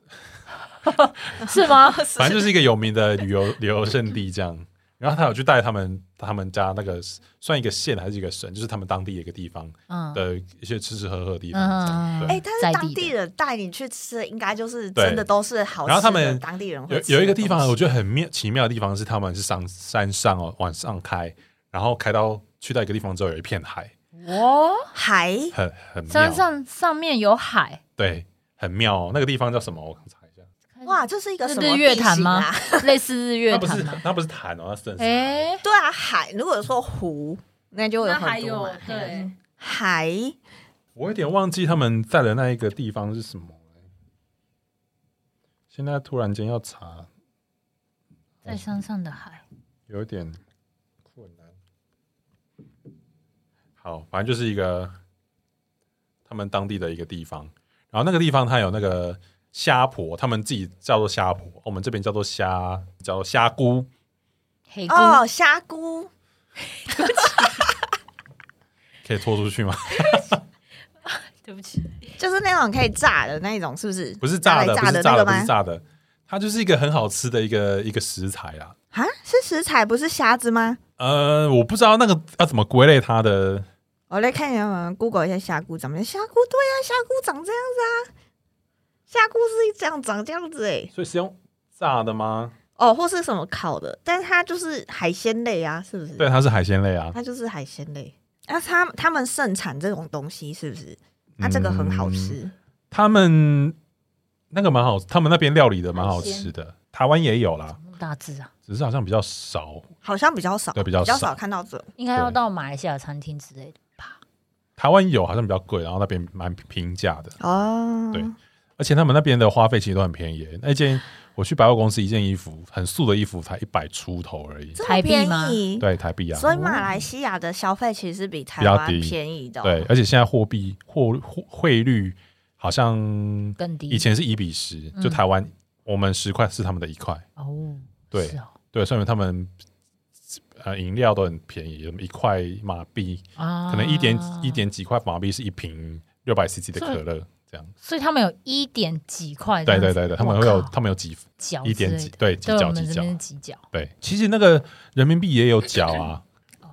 Speaker 3: 是吗？
Speaker 1: 反正就是一个有名的旅游旅游胜地这样。然后他有去带他们他们家那个算一个县还是一个省，就是他们当地的一个地方
Speaker 3: 嗯，
Speaker 1: 的一些吃吃喝喝的地方这样。
Speaker 3: 嗯，
Speaker 1: 对
Speaker 2: 哎、但
Speaker 3: 在
Speaker 2: 是当地
Speaker 3: 的
Speaker 2: 人带你去吃，应该就是
Speaker 1: 对
Speaker 2: 真的都是好吃的。
Speaker 1: 然后他们
Speaker 2: 当地人会
Speaker 1: 有
Speaker 2: 吃的
Speaker 1: 有一个地方
Speaker 2: 东西
Speaker 1: 我觉得很妙奇妙的地方是，他们是上山上哦，往上开，然后开到去到一个地方之后有一片海，
Speaker 3: 哇，
Speaker 2: 海
Speaker 1: 很很妙。
Speaker 3: 哦山上上面有海，
Speaker 1: 对，很妙、哦。那个地方叫什么？我查一下，
Speaker 2: 哇，这是一个
Speaker 3: 是
Speaker 2: 什么
Speaker 3: 日月潭吗
Speaker 2: 地形啊？
Speaker 3: 类似日月
Speaker 1: 那不
Speaker 3: 潭
Speaker 1: 是
Speaker 3: 吗？
Speaker 1: 那不是潭哦，那是真的是海。
Speaker 3: 哎，
Speaker 2: 对啊，海。如果说湖，那就会有
Speaker 3: 那
Speaker 2: 很多
Speaker 3: 还有
Speaker 2: 嘛
Speaker 3: 对，
Speaker 2: 海
Speaker 1: 我有点忘记他们在的那一个地方是什么了现在突然间要查，
Speaker 3: 在山上的海，
Speaker 1: 哦有点困难。好，反正就是一个他们当地的一个地方，然后那个地方它有那个虾婆，他们自己叫做虾婆，我们这边叫做虾，叫做虾姑。
Speaker 3: 黑菇
Speaker 2: 哦，虾菇，
Speaker 1: 可以拖出去吗？
Speaker 3: 对不起，
Speaker 2: 就是那种可以炸的那一种，是不是？
Speaker 1: 不是
Speaker 2: 拿
Speaker 1: 炸
Speaker 2: 来
Speaker 1: 的，不
Speaker 2: 炸
Speaker 1: 是
Speaker 2: 的
Speaker 1: 炸
Speaker 2: 那
Speaker 1: 的，不
Speaker 2: 个吗
Speaker 1: 是？炸的，它就是一个很好吃的一个一个食材啦。
Speaker 2: 啊，是食材不是虾子吗？
Speaker 1: 呃，我不知道那个要怎么归类它的，
Speaker 2: 我来看一下，Google 一下虾菇长什么样虾菇对啊，虾菇长这样子啊，虾菇是这样长这样子哎、
Speaker 1: 所以是用炸的吗？
Speaker 2: 哦，或是什么烤的，但是它就是海鲜类啊，是不是？
Speaker 1: 对，，它是海鲜类啊。
Speaker 2: 它就是海鲜类。那、他他们盛产这种东西是不是？那、这个很好
Speaker 1: 嗯
Speaker 2: 吃，
Speaker 1: 他们那个蛮好，他们那边料理的蛮好吃的，台湾也有啦，
Speaker 3: 那么大致啊，
Speaker 1: 只是好像比较少。
Speaker 2: 好像哦比较少，
Speaker 1: 对比较少
Speaker 2: 看到这种。
Speaker 3: 应该要
Speaker 1: 对
Speaker 3: 到马来西亚餐厅之类的吧？
Speaker 1: 台湾有好像比较贵，然后那边蛮平价的，
Speaker 2: 哦，
Speaker 1: 对而且他们那边的花费其实都很便宜。那件我去百货公司一件衣服，很素的衣服才一百出头而已，
Speaker 2: 这么
Speaker 3: 台币
Speaker 2: 便
Speaker 3: 吗
Speaker 2: 宜，
Speaker 1: 对，台币啊。
Speaker 2: 所以马
Speaker 3: 哦
Speaker 2: 来西亚的消费其实是比台
Speaker 1: 比
Speaker 2: 湾
Speaker 1: 较低
Speaker 2: 便宜的、哦。
Speaker 1: 对，，而且现在货币货货汇率好像
Speaker 3: 更低
Speaker 1: 以前是一比十、
Speaker 3: 嗯
Speaker 1: 就台湾我们十块是他们的一块，
Speaker 3: 哦，
Speaker 1: 对
Speaker 3: 是哦，
Speaker 1: 对，所以他们呃饮料都很便宜，什么一块马币，
Speaker 3: 啊
Speaker 1: 可能一点一，点几块马币是一瓶六百 CC 的
Speaker 3: 所以
Speaker 1: 可乐这样。
Speaker 3: 所以他们有一点几块这
Speaker 1: 对
Speaker 3: 样子，
Speaker 1: 对对对，他们会有
Speaker 3: 我靠
Speaker 1: 他们有几
Speaker 3: 角
Speaker 1: 一点
Speaker 3: 之
Speaker 1: 几
Speaker 3: 类的
Speaker 1: 对几
Speaker 3: 对
Speaker 1: 角
Speaker 3: 我们
Speaker 1: 几
Speaker 3: 这
Speaker 1: 角
Speaker 3: 边，是几角，
Speaker 1: 对，其实那个人民币也有角啊，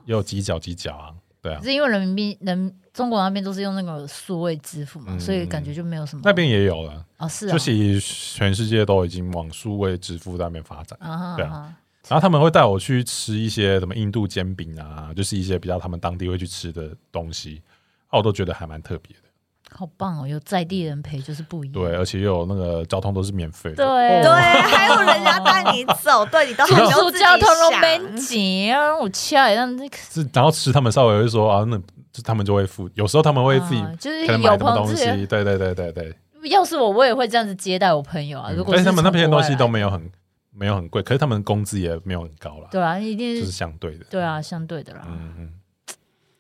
Speaker 1: 也有几角几角啊，对啊
Speaker 3: 可，是因为人民币人中国那边都是用那个数位支付嘛，
Speaker 1: 嗯
Speaker 3: 所以感觉就没有什么
Speaker 1: 那边也有了，
Speaker 3: 哦是啊，
Speaker 1: 就是全世界都已经往数位支付那边发展。
Speaker 3: 啊哈
Speaker 1: 对啊
Speaker 3: 啊
Speaker 1: 然后他们会带我去吃一些什么印度煎饼啊，就是一些比较他们当地会去吃的东西，啊，我都觉得还蛮特别的。
Speaker 3: 哈好棒哦，有在地人陪就是不一样，
Speaker 1: 对，而且又有那个交通都是免费的，
Speaker 3: 对
Speaker 2: 对，
Speaker 1: 哦
Speaker 2: 还有人家带你 走，对你都很
Speaker 3: 住
Speaker 2: 有
Speaker 3: 宿
Speaker 2: 自己
Speaker 3: 哦交通都没
Speaker 2: 想
Speaker 3: 钱啊，我掐也让那个
Speaker 1: 是然后吃他们稍微会说啊，那就他们就会付，有时候他们会自己
Speaker 3: 啊就是
Speaker 1: 可能买
Speaker 3: 有
Speaker 1: 什么
Speaker 3: 朋
Speaker 1: 东
Speaker 3: 自
Speaker 1: 西，
Speaker 3: 己，
Speaker 1: 对对对对对。
Speaker 3: 要是我我也会这样子接待我朋友啊，
Speaker 1: 嗯
Speaker 3: 如果
Speaker 1: 但是他们那边的东西都
Speaker 3: 从国外来
Speaker 1: 没有很没有很贵，可是他们工资也没有很高啦，
Speaker 3: 对啊，一定
Speaker 1: 就是
Speaker 3: 是
Speaker 1: 相对的。
Speaker 3: 对啊，相对的啦，
Speaker 1: 嗯嗯。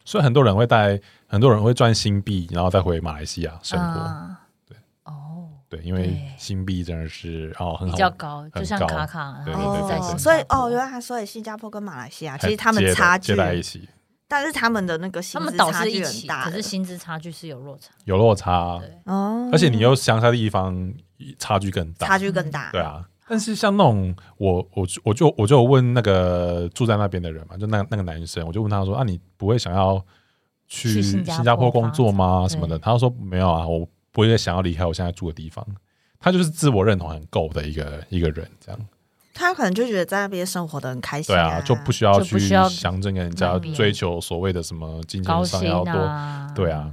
Speaker 1: 所以很多人会带，很多人会赚新币，然后再回马来西亚生活。
Speaker 3: 啊
Speaker 1: 对
Speaker 3: 哦。
Speaker 1: 对，因为
Speaker 3: 对
Speaker 1: 新币真的是哦很
Speaker 3: 比
Speaker 1: 好
Speaker 3: 较高，
Speaker 1: 很
Speaker 3: 就像
Speaker 1: 高
Speaker 3: 卡卡，
Speaker 1: 对对
Speaker 3: 然后
Speaker 1: 对
Speaker 3: 在
Speaker 1: 对对
Speaker 3: 新加
Speaker 2: 哦，所以
Speaker 3: 坡
Speaker 2: 哦，原来他说的新加坡跟马来西亚其
Speaker 1: 才
Speaker 2: 实他们
Speaker 1: 接的
Speaker 2: 差距
Speaker 1: 接，在一起
Speaker 2: 但是他们的那个薪
Speaker 3: 他们
Speaker 2: 资
Speaker 3: 导
Speaker 2: 差
Speaker 3: 师一
Speaker 2: 距很
Speaker 3: 起，
Speaker 2: 大
Speaker 3: 可
Speaker 2: 的
Speaker 3: 是薪资差距是有落差。
Speaker 1: 有落差，
Speaker 3: 对
Speaker 2: 哦，
Speaker 1: 而且你又乡下地方差距更大，
Speaker 2: 差距更大，
Speaker 1: 对啊。但是像那种我我就我就我就有问那个住在那边的人嘛，就那那个男生，我就问他说啊，你不会想要去
Speaker 3: 去新加坡
Speaker 1: 新加坡工作吗？
Speaker 3: 发展
Speaker 1: 什么的？他说没有啊，我不会想要离开我现在住的地方。他就是自我认同很够的一个一个人，这样
Speaker 2: 他可能就觉得在那边生活的很开心、
Speaker 1: 对啊，就不需要
Speaker 3: 就
Speaker 1: 去
Speaker 3: 不需要
Speaker 1: 想着跟人家
Speaker 3: 那边
Speaker 1: 追求所谓的什么经
Speaker 3: 高
Speaker 1: 济上
Speaker 3: 薪
Speaker 1: 要多，
Speaker 3: 啊，
Speaker 1: 对啊，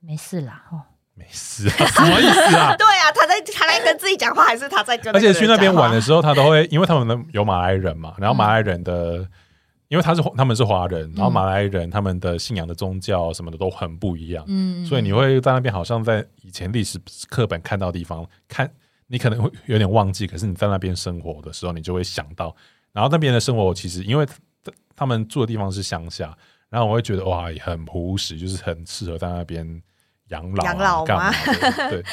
Speaker 3: 没事啦，哦，
Speaker 1: 没事 啊，什么意思啊？
Speaker 2: 对啊，他在他在跟自己讲话，还是他在跟？
Speaker 1: 而且去那边玩的，时候，他都会，因为他们的有马来人嘛，然后马来人的，因为他是他们是华人，然后马来人他们的信仰的宗教什么的都很不一样，
Speaker 3: 嗯，
Speaker 1: 所以你会在那边好像在以前历史课本看到的地方看，你可能会有点忘记，可是你在那边生活的时候，你就会想到，然后那边的生活其实因为他他们住的地方是乡下，然后我会觉得哇，很朴实，就是很适合在那边养老、啊、
Speaker 2: 养老
Speaker 1: 干嘛
Speaker 2: 吗
Speaker 1: 的？对，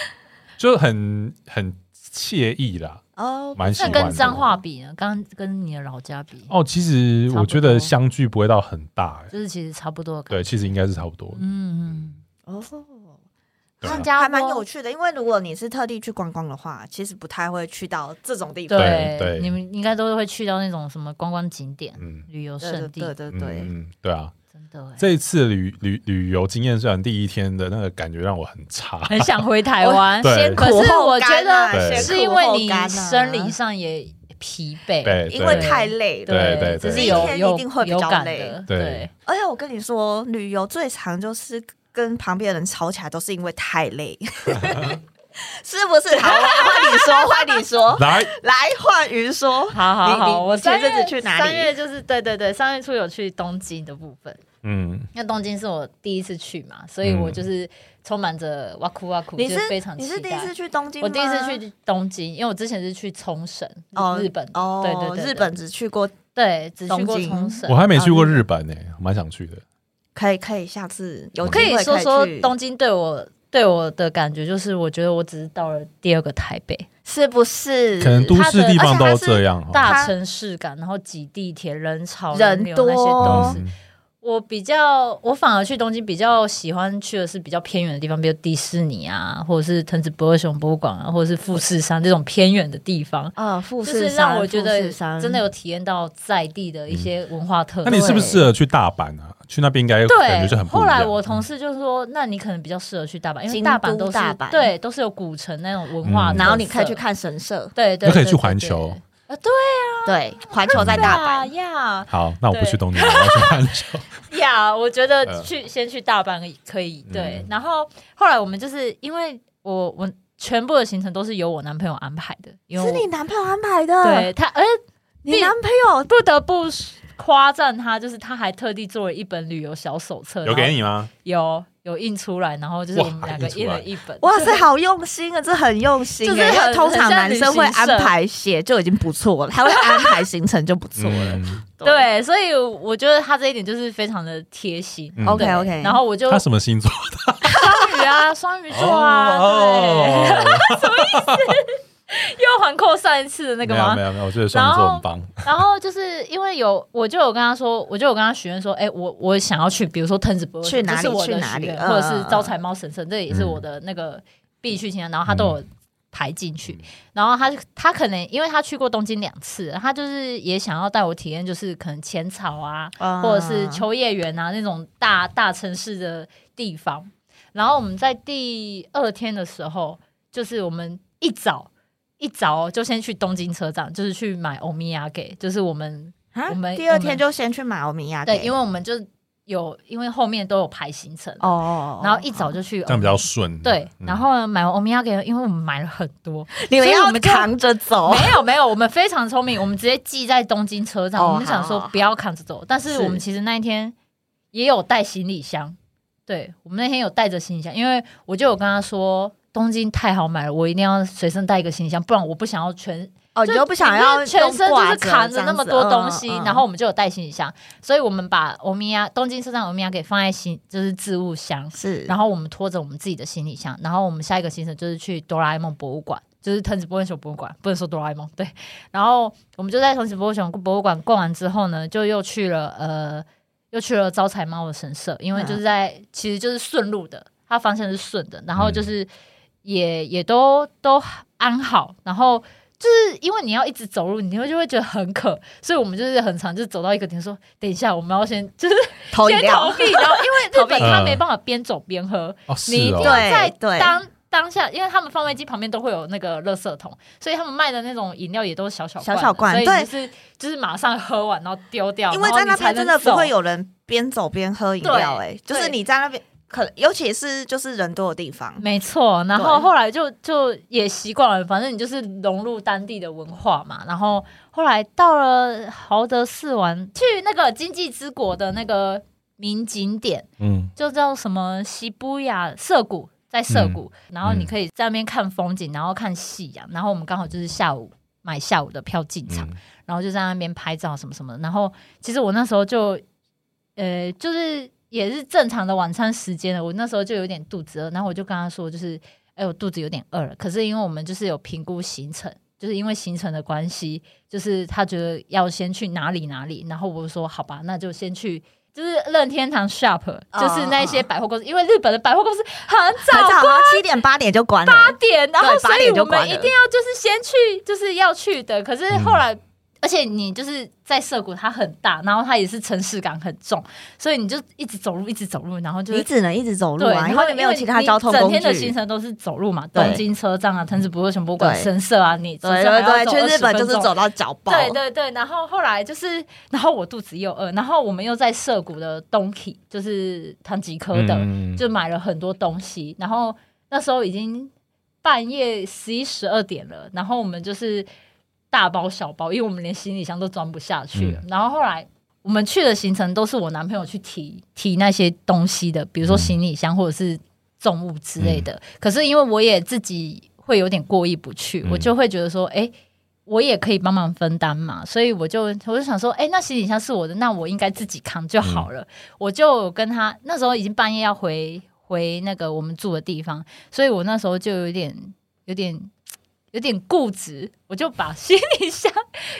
Speaker 1: 就很很惬意啦。
Speaker 2: 哦，
Speaker 1: 蛮喜
Speaker 3: 那
Speaker 1: 欢的。
Speaker 3: 跟彰化比呢？刚跟你的老家比，
Speaker 1: 哦，其实我觉得相距不会到很大、欸，
Speaker 3: 就是其实差不多的感觉。
Speaker 1: 对，其实应该是差不多。
Speaker 3: 嗯，嗯，
Speaker 2: 哦，
Speaker 1: 对
Speaker 3: 新
Speaker 1: 啊
Speaker 3: 加坡
Speaker 2: 还蛮有趣的。因为如果你是特地去观光的话，其实不太会去到这种地方。
Speaker 1: 对
Speaker 3: 对
Speaker 1: 对
Speaker 3: 你们应该都会去到那种什么观光景点、
Speaker 1: 嗯
Speaker 3: 旅游
Speaker 2: 对对对
Speaker 3: 胜地，
Speaker 2: 对
Speaker 1: 嗯
Speaker 2: 对，
Speaker 1: 嗯，对啊，
Speaker 3: 真的欸
Speaker 1: 这一次旅旅旅游经验，虽然第一天的那个感觉让我很差，
Speaker 3: 很想回台湾。
Speaker 1: 对
Speaker 2: 先苦
Speaker 3: 可是
Speaker 2: 后
Speaker 3: 我觉
Speaker 2: 甘啊
Speaker 1: 对
Speaker 2: 先
Speaker 3: 是因
Speaker 2: 苦
Speaker 3: 为
Speaker 2: 后
Speaker 3: 你
Speaker 2: 甘啊
Speaker 3: 生理上也疲惫，
Speaker 1: 对，
Speaker 2: 因为
Speaker 1: 对
Speaker 2: 太累了。
Speaker 1: 对对对
Speaker 3: 这是有
Speaker 2: 第一天
Speaker 3: 有
Speaker 2: 一定会比较
Speaker 3: 有感
Speaker 2: 累
Speaker 3: 的，
Speaker 1: 对
Speaker 3: 对，
Speaker 2: 而且我跟你说，旅游最常就是跟旁边的人吵起来，都是因为太 累，是不是？好，换你 说，换你说，
Speaker 1: 来，
Speaker 2: 来换鱼说。
Speaker 3: 好好
Speaker 2: 你
Speaker 3: 好，
Speaker 2: 你
Speaker 3: 我
Speaker 2: 前
Speaker 3: 三
Speaker 2: 阵
Speaker 3: 月
Speaker 2: 子去哪里
Speaker 3: 三月就是对对对，三月初有去东京的部分，
Speaker 1: 嗯，
Speaker 3: 因为东京是我第一次去嘛，所以我就是充满着哇酷哇酷，
Speaker 2: 你
Speaker 3: 就是非常
Speaker 2: 你
Speaker 3: 期
Speaker 2: 是第一
Speaker 3: 待
Speaker 2: 次。去东京吗，
Speaker 3: 我第一次去东京，因为我之前是去冲绳，
Speaker 2: 哦
Speaker 3: 日本，
Speaker 2: 哦，
Speaker 3: 对对对对
Speaker 2: 日本只去过，
Speaker 3: 对，只去
Speaker 2: 东
Speaker 3: 过
Speaker 2: 京
Speaker 3: 冲绳
Speaker 1: 我。还没去过日本呢、欸，蛮想去的。
Speaker 2: 可以可以，下次有
Speaker 1: 我
Speaker 2: 机
Speaker 3: 可
Speaker 2: 会
Speaker 3: 以
Speaker 2: 可
Speaker 3: 说
Speaker 2: 以
Speaker 3: 说
Speaker 2: 去
Speaker 3: 东京对我对我的感觉就是，我觉得我只是到了第二个台北
Speaker 2: 是不是？
Speaker 1: 可能都市地方都这样哦哈。
Speaker 3: 大
Speaker 2: 它
Speaker 3: 城市感，然后挤地铁、人潮、
Speaker 2: 人
Speaker 3: 流那些
Speaker 2: 多
Speaker 3: 东西。
Speaker 1: 嗯
Speaker 3: 我比较，我反而去东京比较喜欢去的是比较偏远的地方，比如迪士尼啊，或者是藤子不二雄博物馆啊，或者是富士山这种偏远的地方，
Speaker 2: 呃，富
Speaker 3: 就
Speaker 2: 士
Speaker 3: 是
Speaker 2: 山，
Speaker 3: 让我觉得
Speaker 2: 富士山
Speaker 3: 真的有体验到在地的一些文化
Speaker 1: 嗯
Speaker 3: 特
Speaker 1: 那
Speaker 3: 色。
Speaker 1: 你是不是适合去大阪啊？去那边应该感觉就
Speaker 3: 对，
Speaker 1: 很不一
Speaker 3: 后
Speaker 1: 样。嗯
Speaker 3: 来我同事就说，那你可能比较适合去大阪，因为
Speaker 2: 京
Speaker 3: 大阪
Speaker 2: 都
Speaker 3: 都是
Speaker 2: 大阪
Speaker 3: 对，都是有古城那种文化、
Speaker 1: 嗯
Speaker 2: 然后你可以去，看神社，
Speaker 3: 对对，
Speaker 1: 也可以
Speaker 3: 对
Speaker 1: 去
Speaker 3: 对
Speaker 1: 环
Speaker 3: 对啊
Speaker 1: 球
Speaker 2: 对，啊环球在大
Speaker 3: 呀呀
Speaker 1: 嗯好，那我不
Speaker 3: 对
Speaker 1: 去东京了，我要去汉 城。
Speaker 3: 呀我觉得
Speaker 1: 嗯
Speaker 3: 去、先去大阪可以对，
Speaker 1: 嗯
Speaker 3: 然后后来我们就是因为我我全部的行程都是由我男朋友安排的，因
Speaker 2: 阪，
Speaker 3: 为
Speaker 2: 是
Speaker 3: 我
Speaker 2: 你男朋友安排的，
Speaker 3: 对他，而、
Speaker 2: 你男朋友
Speaker 3: 不得不夸赞他，就是他还特地做了一本旅游小手册，
Speaker 1: 有
Speaker 3: 然
Speaker 1: 给
Speaker 3: 后
Speaker 1: 你吗？
Speaker 3: 有有印出来，然后就是
Speaker 1: 哇
Speaker 3: 我们两
Speaker 1: 还
Speaker 3: 个
Speaker 1: 印出
Speaker 3: 一
Speaker 1: 来
Speaker 3: 人一本，
Speaker 2: 哇塞，好用心啊！这很用心欸，
Speaker 3: 就是很
Speaker 2: 因为通常男生会
Speaker 3: 很像旅行
Speaker 2: 安
Speaker 3: 社
Speaker 2: 排写就已经不错 了，他会安排行程就不错了。
Speaker 1: 嗯，
Speaker 3: 对，所以我觉得他这一点就是非常的贴心。
Speaker 1: 嗯
Speaker 2: OK
Speaker 3: 对
Speaker 2: OK，
Speaker 3: 然后我就
Speaker 1: 他什么星 座？
Speaker 3: 双鱼啊，双鱼座啊，对，
Speaker 1: 哦，
Speaker 3: 又环扣上一 次的那个
Speaker 1: 没有
Speaker 3: 吗
Speaker 1: 没？有没有，我觉得双鱼座很棒。
Speaker 3: 然后就是因为有，我就有跟他说，我就有跟他许愿说，哎、我我想要去，比如说藤子不二雄
Speaker 2: 去哪里
Speaker 3: 这是我的
Speaker 2: 去哪里
Speaker 3: 许愿
Speaker 2: 嗯
Speaker 3: 或者是招财猫神社，这也是我的那个必去清单。然后他
Speaker 2: 嗯
Speaker 3: 都有排进去，然后他他可能因为他去过东京两次，他就是也想要带我体验，就是可能浅草啊，
Speaker 2: 嗯
Speaker 3: 或者是秋叶原啊那种大大城市的地方。然后我们在第二天的时候，就是我们一早一早哦就先去东京车站，就是去买欧米亚给，就是我们
Speaker 2: 啊
Speaker 3: 我们
Speaker 2: 第二
Speaker 3: 我
Speaker 2: 天
Speaker 3: 们
Speaker 2: 就先去马欧米亚给，
Speaker 3: 对，因为我们就有因为后面都有排行程，
Speaker 2: 哦哦，哦
Speaker 3: 然后一早就去，
Speaker 1: 这样比较顺。
Speaker 3: 对。
Speaker 1: 嗯
Speaker 3: 然后呢买完欧米亚给，因为我们买了很多，
Speaker 2: 你们
Speaker 3: 所以
Speaker 2: 要
Speaker 3: 我们就
Speaker 2: 扛着走，
Speaker 3: 没有没有，我们非常聪明，我们直接寄在东京车站。
Speaker 2: 哦
Speaker 3: 我们想
Speaker 2: 好
Speaker 3: 说
Speaker 2: 好
Speaker 3: 不要扛着走，但是
Speaker 2: 是
Speaker 3: 我们其实那一天也有带行李箱。对我们那天有带着行李箱，因为我就有跟他说，东京太好买了，我一定要随身带一个行李箱，不然我不想要全
Speaker 2: 哦，你
Speaker 3: 就
Speaker 2: 就不想要
Speaker 3: 你就是全
Speaker 2: 用
Speaker 3: 身就
Speaker 2: 挂
Speaker 3: 是扛
Speaker 2: 着
Speaker 3: 着那么多东
Speaker 2: 这
Speaker 3: 西，
Speaker 2: 样子嗯嗯
Speaker 3: 然后我们就有带行李箱，所以我们把欧米亚东京车站欧米亚给放在行就是置物箱，
Speaker 2: 是，
Speaker 3: 然后我们拖着我们自己的行李箱，然后我们下一个行程就是去哆啦 A 梦博物馆，就是藤子不二雄博物馆，不能说哆啦 A 梦对。然后我们就在藤子不二雄博物馆逛完之后呢，就又去了呃，又去了招财猫的神社，因为就是在、其实就是顺路的，它方向是顺的，然后就是也、也都都安好，然后。就是因为你要一直走路，你会就会觉得很渴，所以我们就是很常就走到一个点说，等一下我们要先 就是
Speaker 2: 投饮
Speaker 3: 先逃
Speaker 2: 料，
Speaker 3: 避，然后因为日本
Speaker 1: 逃避
Speaker 3: 它没办法边走边喝，
Speaker 1: 哦，是
Speaker 3: 你一定要
Speaker 1: 哦，
Speaker 2: 对
Speaker 3: 在
Speaker 2: 对
Speaker 3: 当当下，因为他们放位机旁边都会有那个垃圾桶，所以他们卖的那种饮料也都是小小
Speaker 2: 小小罐
Speaker 3: 的所以
Speaker 2: 对
Speaker 3: 你就是就是马上喝完然后丢掉，
Speaker 2: 因为
Speaker 3: 哦然后
Speaker 2: 在那
Speaker 3: 你才
Speaker 2: 边
Speaker 3: 能
Speaker 2: 真的不会
Speaker 3: 走。
Speaker 2: 有人边走边喝饮料，
Speaker 3: 对
Speaker 2: 哎，就是
Speaker 3: 对嗯
Speaker 2: 你在那边，可能尤其是就是人多的地方，
Speaker 3: 没错，然后
Speaker 2: 对
Speaker 3: 后来就就也习惯了，反正你就是融入当地的文化嘛。然后后来到了豪德寺玩，去那个经济之国的那个名景点，
Speaker 1: 嗯，
Speaker 3: 就叫什么西布亚涩谷，在涩谷，然后你可以在那边看风景，然后看夕阳，然后我们刚好就是下午买下午的票进场，
Speaker 1: 嗯
Speaker 3: 然后就在那边拍照什么什么的。然后其实我那时候就，呃，就是也是正常的晚餐时间了，我那时候就有点肚子饿，然后我就跟他说，就是，哎、我肚子有点饿了。可是因为我们就是有评估行程，就是因为行程的关系，就是他觉得要先去哪里哪里，然后我就说好吧，那就先去。就是任天堂 shop，就是那些百货公司，因为日本的百货公司很
Speaker 2: 很
Speaker 3: 早
Speaker 2: 早，好像七点八点就关了，
Speaker 3: 八点，然后
Speaker 2: 对
Speaker 3: 所
Speaker 2: 八
Speaker 3: 以
Speaker 2: 点就
Speaker 3: 我们
Speaker 2: 关
Speaker 3: 一
Speaker 2: 了
Speaker 3: 定要就是先去，就是要去的。可是后
Speaker 2: 嗯
Speaker 3: 来，而且你就是在涩谷，它很大，然后它也是城市感很重，所以你就一直走路，一直走路，然后就
Speaker 2: 你只能一直走路
Speaker 3: 对，
Speaker 2: 啊，
Speaker 3: 然
Speaker 2: 因
Speaker 3: 后
Speaker 2: 为你没有
Speaker 3: 因
Speaker 2: 其他交通
Speaker 3: 你整
Speaker 2: 工具。
Speaker 3: 天的行程都是走路嘛，
Speaker 2: 对
Speaker 3: 东京车站啊、藤子不二雄博物馆、
Speaker 2: 对
Speaker 3: 神社啊，你
Speaker 2: 对
Speaker 3: 至少
Speaker 2: 对
Speaker 3: 还
Speaker 2: 对，
Speaker 3: 要走
Speaker 2: 去日本就是
Speaker 3: 20分钟
Speaker 2: 走到脚爆。
Speaker 3: 对对对，然后后来就是，然后我肚子又饿，然后我们又在涩谷的东 k 就是唐吉诃德，
Speaker 1: 嗯
Speaker 3: 就买了很多东西。然后那时候已经半夜十一十二点了，然后我们就是大包小包，因为我们连行李箱都装不下去了。然后后来我们去的行程都是我男朋友去提提那些东西的，比如说
Speaker 1: 嗯
Speaker 3: 行李箱或者是重物之类的。可是因为我也自己会有点过意不去，
Speaker 1: 嗯
Speaker 3: 我就会觉得说，哎、我也可以帮忙分担嘛，所以我就我就想说，哎、那行李箱是我的，那我应该自己扛就好了。我就跟他那时候已经半夜要回回那个我们住的地方，所以我那时候就有点有点有点固执，我就把行李箱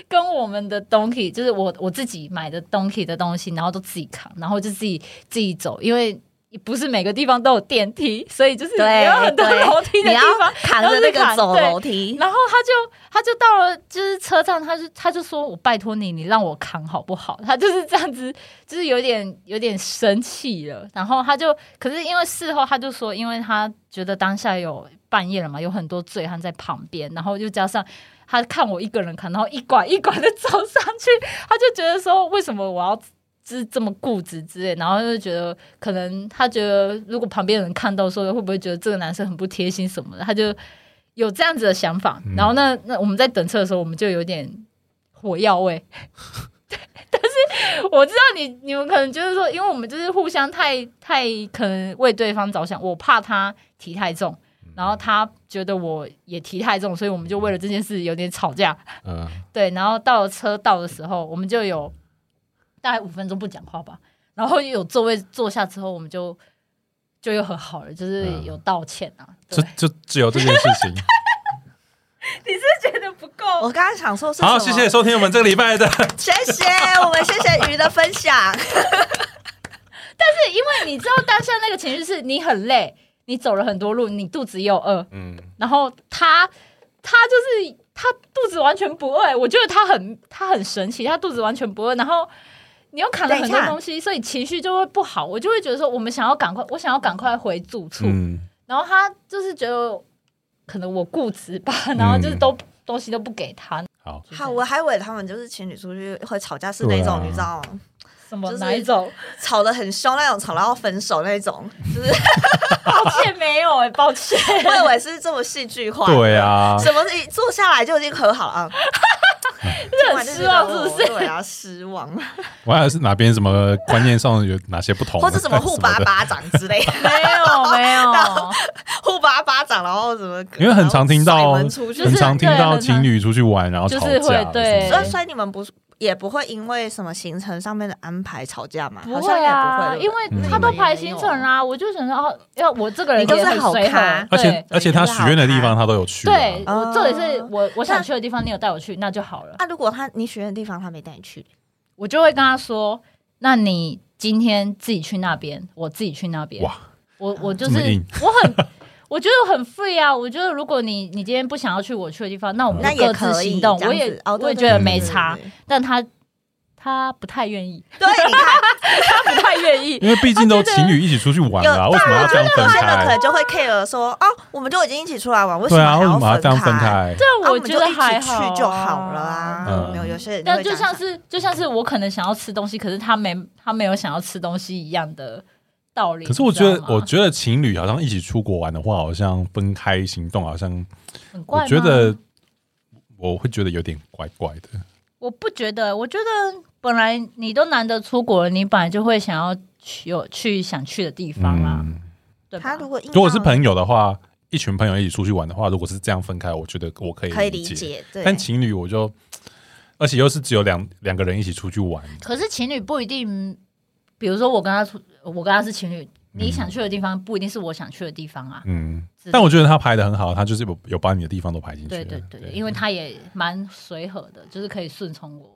Speaker 3: 跟我们的东西，就是我我自己买的东西的东西，然后都自己扛，然后就自己自己走，因为。不是每个地方都有电梯，所以就是
Speaker 2: 对
Speaker 3: 有很多
Speaker 2: 对
Speaker 3: 楼梯的
Speaker 2: 你
Speaker 3: 地
Speaker 2: 要
Speaker 3: 方，
Speaker 2: 扛着那
Speaker 3: 然后
Speaker 2: 个
Speaker 3: 是扛
Speaker 2: 走
Speaker 3: 对
Speaker 2: 楼梯，
Speaker 3: 然后他就他就到了就是车站，他就他就说我拜托你，你让我扛好不好？他就是这样子，就是有点有点生气了。然后他就可是因为事后他就说，因为他觉得当下有半夜了嘛，有很多醉汉在旁边，然后又加上。他看我一个人扛，然后一拐一拐的走上去，他就觉得说，为什么我要就是这么固执之类，然后就觉得可能他觉得如果旁边人看到说会不会觉得这个男生很不贴心什么的，他就有这样子的想法。
Speaker 1: 嗯
Speaker 3: 然后那那我们在等车的时候，我们就有点火药味。 但是我知道你你们可能就是说，因为我们就是互相太太可能为对方着想，我怕他提太重，然后他觉得我也提太重，所以我们就为了这件事有点吵架。
Speaker 1: 嗯，
Speaker 3: 对，然后到了车道的时候，我们就有大概五分钟不讲话吧，然后有座位坐下之后，我们就就又和好了，就是
Speaker 1: 嗯
Speaker 3: 有道歉啊。
Speaker 1: 这
Speaker 3: 对，
Speaker 1: 就只有这件事情。
Speaker 3: 觉得不够，
Speaker 2: 我刚刚想说是什
Speaker 1: 好，
Speaker 2: 么？
Speaker 1: 谢谢，收听我们这个礼拜的。
Speaker 2: 谢谢我们谢谢鱼的分享。
Speaker 3: 是因为你知道当下那个情绪是你很累，你走了很多路，你肚子又饿，
Speaker 1: 嗯，
Speaker 3: 然后他他就是他肚子完全不饿、欸我觉得他很他很神奇，他肚子完全不饿，然后。你又砍了很
Speaker 2: 等
Speaker 3: 多
Speaker 2: 一下
Speaker 3: 东西，所以情绪就会不好。我就会觉得说，我们想要赶快，我想要赶快回住处，
Speaker 1: 嗯，
Speaker 3: 然后他就是觉得可能我固执吧， 然后就是
Speaker 1: 嗯
Speaker 3: 都、东西都不给他，
Speaker 1: 好，
Speaker 3: 就是
Speaker 2: 好，我还以为他们就是情侣出去会吵架是那种，
Speaker 1: 对啊
Speaker 2: 你知道吗？
Speaker 3: 什么
Speaker 2: 就是
Speaker 3: 哪一 种？
Speaker 2: 吵得很凶那种，吵到要分手那种，就是
Speaker 3: 抱歉没有哎、抱歉。
Speaker 2: 我以为是这么戏剧化。
Speaker 1: 对啊，
Speaker 2: 什么一坐下来就已经和好了 啊？
Speaker 3: 这很失望是不是
Speaker 2: 听完就觉得哦对啊，失 望，
Speaker 1: 我还是哪边什么观念上有哪些不同，
Speaker 2: 或者什么互
Speaker 1: 什
Speaker 2: 扒
Speaker 1: 么的
Speaker 2: 巴掌之类的，
Speaker 3: 没有没 有，
Speaker 2: 互扒巴掌，然后什么？
Speaker 1: 因为很常听
Speaker 2: 然
Speaker 1: 到，
Speaker 2: 后甩门出去
Speaker 3: 就
Speaker 1: 很
Speaker 3: 是
Speaker 1: 常听
Speaker 3: 对
Speaker 1: 到
Speaker 3: 很常
Speaker 1: 情侣出去玩然后
Speaker 3: 就
Speaker 1: 吵
Speaker 3: 是
Speaker 1: 架
Speaker 3: 会
Speaker 1: 了什么的，
Speaker 3: 对
Speaker 2: 所以，所以你们不是也不会因为什么行程上面的安排吵架嘛？
Speaker 3: 不
Speaker 2: 好像
Speaker 3: 会
Speaker 2: 也
Speaker 3: 啊，
Speaker 2: 不会，
Speaker 3: 因为他都排行程啦、我就想说哦，因为我这个人也很随和，
Speaker 1: 而且
Speaker 3: 对
Speaker 1: 而且他许愿的地方他都有去啊，
Speaker 3: 对，
Speaker 2: 哦
Speaker 3: 我这里是我我想去的地方，你有带我去，那就好了。
Speaker 2: 啊，如果他你选的地方他没带你去，
Speaker 3: 我就会跟他说，那你今天自己去那边，我自己去那边。
Speaker 1: 哇，啊
Speaker 3: 我我就
Speaker 1: 这么
Speaker 3: 是
Speaker 1: 硬
Speaker 3: 我很，我觉得我很 free 啊。我觉得如果你你今天不想要去我去的地方，那我们
Speaker 2: 那
Speaker 3: 就
Speaker 2: 也
Speaker 3: 各
Speaker 2: 可
Speaker 3: 自
Speaker 2: 以
Speaker 3: 行动。
Speaker 2: 这样
Speaker 3: 我
Speaker 2: 子
Speaker 3: 也
Speaker 2: 哦对
Speaker 3: 我
Speaker 2: 对
Speaker 3: 也觉得
Speaker 2: 对
Speaker 3: 没
Speaker 2: 对
Speaker 3: 差
Speaker 2: 对，
Speaker 3: 但他他不太愿意，
Speaker 2: 对，对你 看，
Speaker 3: 他不太 愿意。
Speaker 1: 因为毕竟都情侣一起出去玩
Speaker 2: 有
Speaker 1: 啦，为什么要这样分
Speaker 2: 有些人可
Speaker 1: 开
Speaker 2: 能？就会 care 说，哦，我们就已经一起出来玩，为什
Speaker 1: 哎对
Speaker 2: 么
Speaker 1: 啊，
Speaker 2: 还
Speaker 1: 为什么要
Speaker 2: 要
Speaker 1: 这样分
Speaker 2: 开？
Speaker 1: 开？
Speaker 2: 啊
Speaker 3: 但我
Speaker 2: 们
Speaker 3: 觉得
Speaker 2: 就一起
Speaker 3: 还好、
Speaker 2: 去就好了啊。
Speaker 1: 嗯
Speaker 2: 没有有些人
Speaker 3: 但
Speaker 2: 会这
Speaker 3: 就
Speaker 2: 样
Speaker 3: 像
Speaker 2: 想
Speaker 3: 是就像是我可能想要吃东西，可是他没他没有想要吃东西一样的道理。
Speaker 1: 可是我觉
Speaker 3: 你
Speaker 1: 得
Speaker 3: 知，道吗
Speaker 1: 我觉得情侣好像一起出国玩的话，好像分开行动，好像
Speaker 3: 很怪
Speaker 1: 我
Speaker 3: 吗
Speaker 1: 觉得我会觉得有点怪怪的。
Speaker 3: 我不觉得，我觉得本来你都难得出国了，你本来就会想要去有去想去的地方啦，
Speaker 1: 嗯，
Speaker 3: 对啊
Speaker 2: 他
Speaker 3: 吧？
Speaker 2: 如果硬
Speaker 1: 如果是
Speaker 2: 要
Speaker 1: 朋友的话，一群朋友一起出去玩的话，如果是这样分开，我觉得我可以
Speaker 2: 可以理
Speaker 1: 理解。
Speaker 2: 解，对，
Speaker 1: 但情侣我就，而且又是只有两两个人一起出去玩，
Speaker 3: 可是情侣不一定，比如说我跟他出，我跟他是情侣，你想去的地方不一定是我想去的地方啊。
Speaker 1: 嗯
Speaker 3: 是，
Speaker 1: 但我觉得他排的很好，他就是有有把你的地方都排进去
Speaker 3: 对
Speaker 1: 了。
Speaker 3: 对对，因为他也蛮随和的，就是可以顺从我。
Speaker 1: 嗯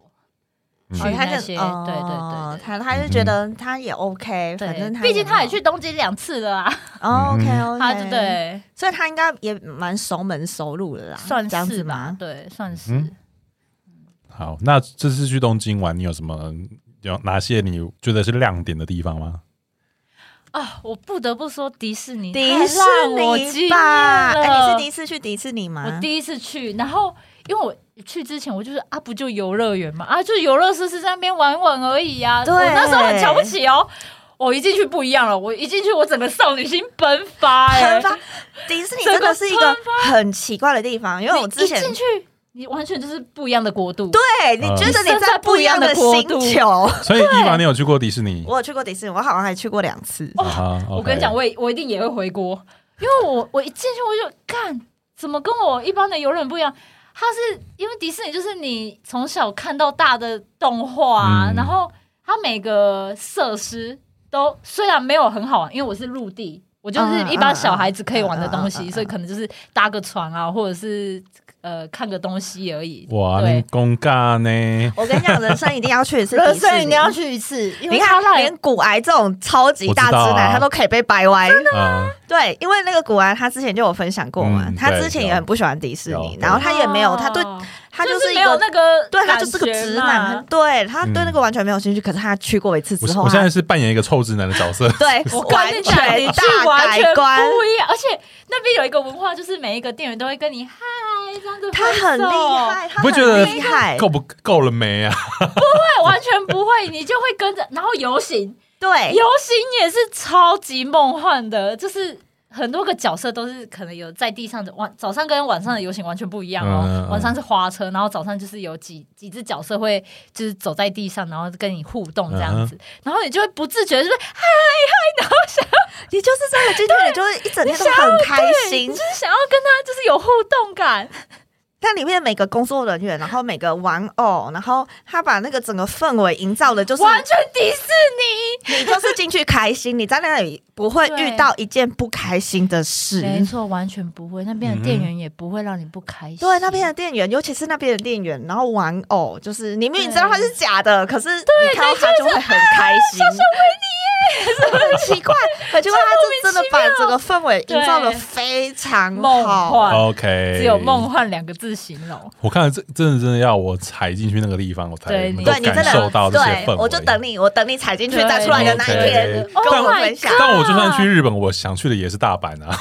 Speaker 3: 去
Speaker 2: 哦他
Speaker 3: 那
Speaker 2: 就
Speaker 3: 些，
Speaker 2: 哦
Speaker 3: 对对对对
Speaker 2: 他他就觉得他也 OK，反正
Speaker 3: 对，
Speaker 2: 他
Speaker 3: 毕竟他
Speaker 2: 没
Speaker 3: 也
Speaker 2: 有
Speaker 3: 去东京两次了啊，
Speaker 1: 嗯
Speaker 2: 哦 OK OK，
Speaker 3: 他就，对，
Speaker 2: 所以他应该也蛮熟门熟路的啦，
Speaker 3: 算
Speaker 2: 这样
Speaker 3: 是
Speaker 2: 子
Speaker 3: 吧
Speaker 2: 吗？？
Speaker 3: 对，算是。
Speaker 1: 嗯好，那这次去东京玩，你有什么有哪些你觉得是亮点的地方吗？
Speaker 3: 啊，我不得不说迪士尼，
Speaker 2: 迪士尼吧？哎，
Speaker 3: 哎、
Speaker 2: 你是第一次去迪士尼吗？
Speaker 3: 我第一次去，然后因为我去之前我就是啊，不就游乐园嘛，啊，就游乐设施在那边玩玩而已啊。
Speaker 2: 对
Speaker 3: 我那时候很瞧不起哦。我一进去不一样了，我一进去我整个少女心迸发、哎，
Speaker 2: 喷发，迪士尼真的是一个很奇怪的地方，因为我
Speaker 3: 你
Speaker 2: 之前
Speaker 3: 一进去，你完全就是不一样的国度。
Speaker 2: 对，你
Speaker 1: 嗯
Speaker 2: 觉得
Speaker 3: 你身
Speaker 2: 你
Speaker 3: 在
Speaker 2: 在
Speaker 3: 不
Speaker 2: 不
Speaker 3: 一
Speaker 2: 一
Speaker 3: 样
Speaker 2: 样
Speaker 3: 的
Speaker 2: 的
Speaker 3: 国
Speaker 2: 星
Speaker 3: 度
Speaker 2: 球。
Speaker 1: 所以伊凡，你有去过迪士尼？
Speaker 2: 我有去过迪士尼，我好像还去过两次。
Speaker 1: 啊哈
Speaker 3: 我跟你讲，
Speaker 1: ，OK
Speaker 3: 我也我一定也会回国，因为我我一进去我就干，怎么跟我一般的游乐园不一样？它是因为迪士尼就是你从小看到大的动画、啊，
Speaker 1: 嗯
Speaker 3: 然啊后它每个设施都虽然没有很好玩，因为我是陆地我就是一般小孩子可以玩的东
Speaker 2: 嗯嗯嗯嗯嗯
Speaker 3: 西，
Speaker 2: 嗯
Speaker 3: 所以可能就是搭个床啊，或者是呃看个东西而已。
Speaker 1: 哇，
Speaker 3: 对
Speaker 1: 你公尬呢？
Speaker 2: 我跟你讲，人生一定要去一次迪
Speaker 4: 人
Speaker 2: 士尼，
Speaker 4: 生一定要去一次，因为
Speaker 2: 你
Speaker 4: 它
Speaker 2: 看，连骨癌这种超级大直
Speaker 1: 我知道
Speaker 2: 男，
Speaker 1: 啊
Speaker 2: 他都可以被掰弯。
Speaker 1: 啊，
Speaker 2: 对，因为那个骨癌，他之前就有分享过嘛，
Speaker 1: 嗯
Speaker 2: 他
Speaker 1: 对
Speaker 2: 之前也很不喜欢迪士尼
Speaker 1: 有，
Speaker 2: 然后他也没有，
Speaker 3: 哦
Speaker 2: 他对他
Speaker 3: 就
Speaker 2: 就是一
Speaker 3: 没有
Speaker 2: 个，
Speaker 3: 那个，
Speaker 2: 对他就是个直男，。对他对那个完全没有兴趣。可是他去过一次
Speaker 1: 我
Speaker 2: 之后，
Speaker 1: 嗯我现
Speaker 2: 他
Speaker 1: 在是扮演一个臭直男的 角色，
Speaker 2: 对
Speaker 3: 我跟
Speaker 2: 完
Speaker 3: 你讲，你
Speaker 2: 全
Speaker 3: 去
Speaker 2: 大
Speaker 3: 完
Speaker 2: 改
Speaker 3: 全
Speaker 2: 观，
Speaker 3: 不一样，而且那边有一个文化，就是每一个店员都会跟你嗨这样子，
Speaker 2: 他很厉。害，他
Speaker 1: 不觉得
Speaker 2: 很厉害？
Speaker 1: 够不够了没啊？
Speaker 3: 对，完全不会，你就会跟着，然后 游行，
Speaker 2: 对，
Speaker 3: 游行也是超级梦幻的，就是很多个角色都是可能有在地上的晚早上跟晚上的游行完全不一样哦。
Speaker 1: 嗯嗯嗯
Speaker 3: 晚上是花车，然后早上就是有几几只角色会就是走在地上，然后跟你互动这样
Speaker 1: 嗯
Speaker 3: 子，然后你就会不自觉地就是哎嗨嗨，然后想
Speaker 2: 你就是真的今天你就是一整天都很开
Speaker 3: 你
Speaker 2: 心
Speaker 3: 就。是想要跟他就是有互动感，
Speaker 2: 但里面每个工作人员，然后每个玩偶，然后他把那个整个氛围营造的，就是
Speaker 3: 完全迪士尼。
Speaker 2: 你就是进去开心，你在那里不会遇到一件不开心的事。
Speaker 3: 没错，完全不会，那边
Speaker 1: 嗯
Speaker 3: 的店员也不会让你不开心。
Speaker 2: 对那边的店员，尤其是那边的店员，然后玩偶，就是你明明知道它是假的，可是你看到它就会很开心。很奇怪，很奇怪，它是真的把整个氛围营造的非常
Speaker 3: 梦
Speaker 2: 好。
Speaker 3: 幻，
Speaker 1: OK，
Speaker 3: 只有梦。幻两个字形容。
Speaker 1: 我看了这真的真的要我踩进去那个地方，我才
Speaker 3: 对
Speaker 1: 能
Speaker 3: 你
Speaker 1: 够
Speaker 2: 对你真
Speaker 1: 感受
Speaker 2: 的
Speaker 1: 到这些氛围。，
Speaker 2: 对我就等你，我等你踩进去再出来的那一天，
Speaker 1: OK
Speaker 2: 跟我
Speaker 3: Oh my
Speaker 2: 分享
Speaker 3: God
Speaker 1: 但我就算去日本，我想去的也是大阪 啊。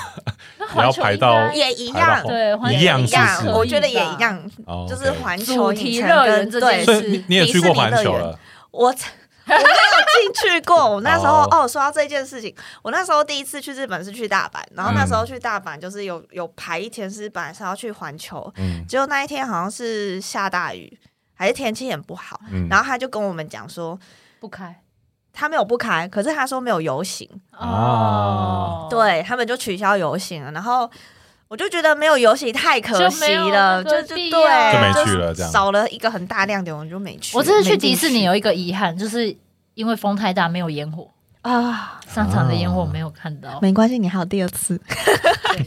Speaker 3: 那
Speaker 1: 也要
Speaker 3: 环球
Speaker 1: 排
Speaker 3: 应
Speaker 1: 到哦
Speaker 3: 该
Speaker 2: 也一样，
Speaker 3: 对环球
Speaker 1: 一样
Speaker 3: 也
Speaker 2: 一
Speaker 1: 是不
Speaker 2: 样，
Speaker 1: 是
Speaker 2: 我觉得也一样，
Speaker 1: 哦
Speaker 2: 就是
Speaker 1: ，OK
Speaker 2: 环球
Speaker 3: 主题
Speaker 2: 影城
Speaker 3: 乐园
Speaker 2: 跟
Speaker 3: 这
Speaker 2: 对
Speaker 3: 件
Speaker 1: 所
Speaker 3: 事
Speaker 1: 以你也去过环球了，
Speaker 2: 我我没有进去过。我那时候哦，说到这件事情，我那时候第一次去日本是去大阪，然后那时
Speaker 1: 嗯
Speaker 2: 候去大阪就是有有排一天是本来是要去环球，
Speaker 1: 嗯
Speaker 2: 结果那一天好像是下大雨，还是天气很不好，
Speaker 1: 嗯，
Speaker 2: 然后他就跟我们讲说。
Speaker 3: 不开
Speaker 2: 他没有不开，可是他说没有游行，
Speaker 3: 哦
Speaker 1: 啊，
Speaker 2: 对他们就取消游行了。然后我就觉得没有游行太可
Speaker 3: 就没
Speaker 2: 惜
Speaker 3: 有
Speaker 2: 了，
Speaker 3: 那个
Speaker 2: 就就
Speaker 3: 必
Speaker 2: 对，
Speaker 3: 要就
Speaker 1: 没去了
Speaker 2: 是
Speaker 1: 这样
Speaker 2: 少了一个很大亮点，我就没去。
Speaker 3: 我这次去
Speaker 2: 没进
Speaker 3: 迪士尼有一个遗憾，就是因为风太大没有烟火，
Speaker 2: 啊，
Speaker 3: 上场的
Speaker 1: 哦
Speaker 3: 烟火没有看到。
Speaker 2: 没关系，你还有第二次。
Speaker 3: 对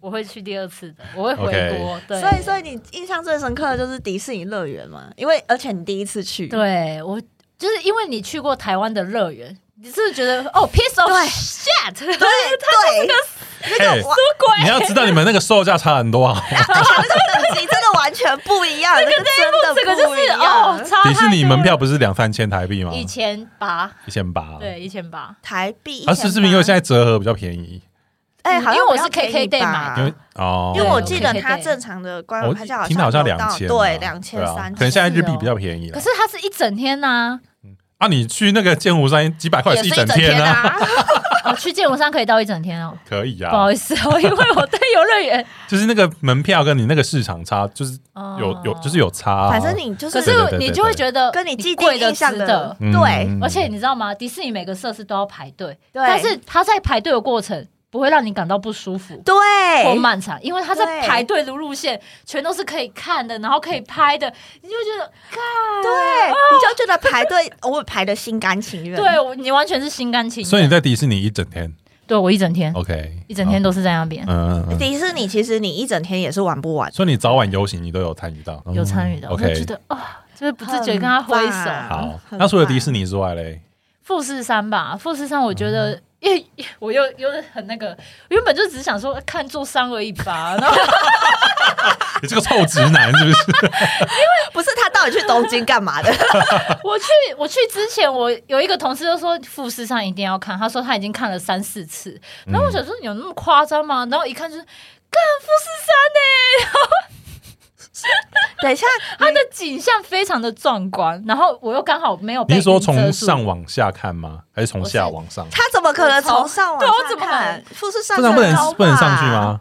Speaker 3: 我会去第二次的，我会回
Speaker 1: OK
Speaker 3: 国。对，
Speaker 2: 所以，所以你印象最深刻的就是迪士尼乐园嘛，因为而且你第一次去，
Speaker 3: 对我就是因为你去过台湾的乐园，你是不是觉得哦，piece of
Speaker 2: 对
Speaker 3: shit，
Speaker 2: 对 对，那
Speaker 1: 嘿
Speaker 2: 个哇，
Speaker 1: 你要知道你们那个售价差很多 啊。
Speaker 2: 而且那个等级真的完全不一样，那个真的
Speaker 3: 这个就
Speaker 2: 不一
Speaker 3: 是
Speaker 2: 样
Speaker 3: 哦，。差
Speaker 1: 迪士尼
Speaker 3: 太多
Speaker 1: 门票不是两三千台币吗
Speaker 3: 了？一千八，
Speaker 1: 一千八，
Speaker 3: 对，一千八。
Speaker 2: 台币
Speaker 1: 啊，是是不是因为现
Speaker 2: 在
Speaker 1: 在折合比较便宜？
Speaker 2: 哎，好像
Speaker 3: 因为我
Speaker 2: 比较
Speaker 3: 是 KK
Speaker 2: 便宜
Speaker 3: day
Speaker 2: 吧
Speaker 3: 买
Speaker 1: 因为哦，
Speaker 2: 啊因为我
Speaker 3: 对
Speaker 2: 记得
Speaker 3: KK
Speaker 2: 它
Speaker 3: day
Speaker 2: 正常的官
Speaker 1: 我
Speaker 2: 网票价
Speaker 1: 听到好像
Speaker 2: 有
Speaker 1: 两
Speaker 2: 到
Speaker 1: 千，
Speaker 2: 对，两
Speaker 1: 两
Speaker 2: 千三，
Speaker 1: 可能现在日币
Speaker 3: 是哦
Speaker 1: 比较便宜了
Speaker 3: 可。是它是一整天呐、
Speaker 1: 啊，你去那个剑湖山几百块
Speaker 2: 也
Speaker 1: 是
Speaker 2: 是
Speaker 1: 一整
Speaker 2: 天
Speaker 1: 啊，
Speaker 2: 啊，
Speaker 3: 哦，去建文山可以到一整天哦。
Speaker 1: 可以
Speaker 3: 不
Speaker 1: 啊
Speaker 3: 好，意思哦，因为我对游乐园
Speaker 1: 就是那个门票跟你那个市场差，就是 有有就是
Speaker 3: 有，
Speaker 1: 有差啊。
Speaker 2: 哦反正你就
Speaker 3: 可
Speaker 2: 是
Speaker 1: 对对
Speaker 3: 是
Speaker 1: 对
Speaker 3: 你
Speaker 1: 对
Speaker 3: 就会觉得
Speaker 2: 跟你既定
Speaker 3: 贵的
Speaker 2: 印象
Speaker 3: 值
Speaker 2: 的
Speaker 3: 得。
Speaker 1: 嗯
Speaker 2: 对
Speaker 3: 而且你知道吗？迪士尼每个设施都要排队，
Speaker 2: 对
Speaker 3: 但是他在排队的过程不会让你感到不舒服
Speaker 2: 对，
Speaker 3: 或漫长，因为他在
Speaker 2: 对
Speaker 3: 排队的路线全都是可以看的，然后可以拍的，你就觉得，
Speaker 2: 对，你就觉得排队，我排的心甘情愿，
Speaker 3: 哦对我你完全是心甘情愿。
Speaker 1: 所以你在哦迪士尼一整天
Speaker 3: 对我一整天
Speaker 1: ，OK，
Speaker 3: 一整天都是在那边
Speaker 1: 嗯嗯嗯嗯，
Speaker 2: 迪士尼其实你一整天也是玩不 完，
Speaker 1: 所以你早晚游行你都有参与到，
Speaker 3: 有参与的，
Speaker 1: 嗯
Speaker 3: 我就觉
Speaker 1: OK。
Speaker 3: 得啊，就是不自觉跟他挥
Speaker 2: 很
Speaker 3: 手
Speaker 2: 棒。
Speaker 1: 好，
Speaker 2: 很
Speaker 1: 那除了
Speaker 2: 棒
Speaker 1: 迪士尼之外嘞，
Speaker 3: 富士山吧，富士山我觉得，
Speaker 1: 嗯
Speaker 3: 因为我又又很那个，原本就只想说呃看座山而已 吧，然后
Speaker 1: 你这个臭直男 是不是？
Speaker 2: 不是他到底去东京干嘛的？
Speaker 3: 我去我去之前，我有一个同事就说富士山一定要看，他说他已经看了三四次，然后我想
Speaker 1: 嗯
Speaker 3: 说有那么夸张吗？然后一看就是。干富士山呢、然 后
Speaker 2: 等一下，
Speaker 3: 它的景象非常的壮观，然后我又刚好没有被
Speaker 1: 你是说
Speaker 3: 云遮
Speaker 1: 从
Speaker 3: 住
Speaker 1: 上往下看吗？还是从
Speaker 3: 我是
Speaker 1: 下往上？
Speaker 2: 他怎么可能从上往
Speaker 3: 对我
Speaker 2: 下
Speaker 3: 怎么可
Speaker 2: 看
Speaker 3: 能？
Speaker 2: 富士山
Speaker 1: 不然不
Speaker 2: 最高
Speaker 1: 能
Speaker 2: 吧
Speaker 1: 不能上去？吗？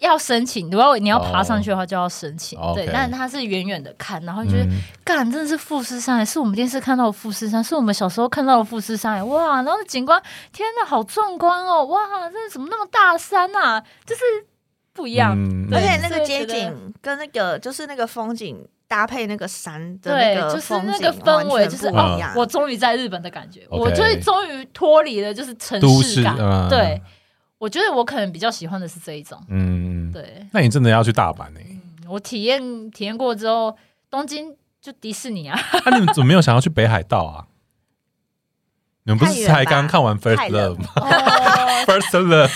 Speaker 3: 要申请，如果你要爬
Speaker 1: 哦
Speaker 3: 上去的话就要申请。
Speaker 1: 哦
Speaker 3: 对，
Speaker 1: OK
Speaker 3: 但是它是远远的看，然后你觉得
Speaker 1: 嗯，
Speaker 3: 干，真的是富士山欸，是我们电视看到的富士山，是我们小时候看到的富士山欸，哇！然后那景观，天哪，好壮观哦，哇！这是怎么那么大山呐、啊？就是不一
Speaker 1: 一
Speaker 3: 样，
Speaker 2: 而
Speaker 1: 嗯
Speaker 3: 对
Speaker 2: 且那个
Speaker 3: 所以
Speaker 2: 街
Speaker 3: 觉得
Speaker 2: 景跟那个就是那个风景搭配那个山的
Speaker 3: 对
Speaker 2: 那，个
Speaker 3: 就是
Speaker 2: 风
Speaker 3: 那
Speaker 2: 景
Speaker 3: 个氛围，
Speaker 2: 完
Speaker 3: 就
Speaker 2: 全
Speaker 3: 是
Speaker 2: 不
Speaker 3: 哦
Speaker 2: 一样，
Speaker 3: 我终于在日本的感觉
Speaker 1: OK
Speaker 3: 我就是终于脱离了就是城
Speaker 1: 都
Speaker 3: 市
Speaker 1: 市
Speaker 3: 感，
Speaker 1: 嗯
Speaker 3: 对。我觉得我可能比较喜欢的是这一种。
Speaker 1: 嗯，
Speaker 3: 对
Speaker 1: 那你真的要去大阪呢、欸？
Speaker 3: 我体验体验过之后，东京就迪士尼啊，
Speaker 1: 那、你们怎么没有想要去北海道 啊？你们不是才刚看完 First
Speaker 2: 太远
Speaker 1: Love 吗
Speaker 3: 哦，
Speaker 1: ？First Love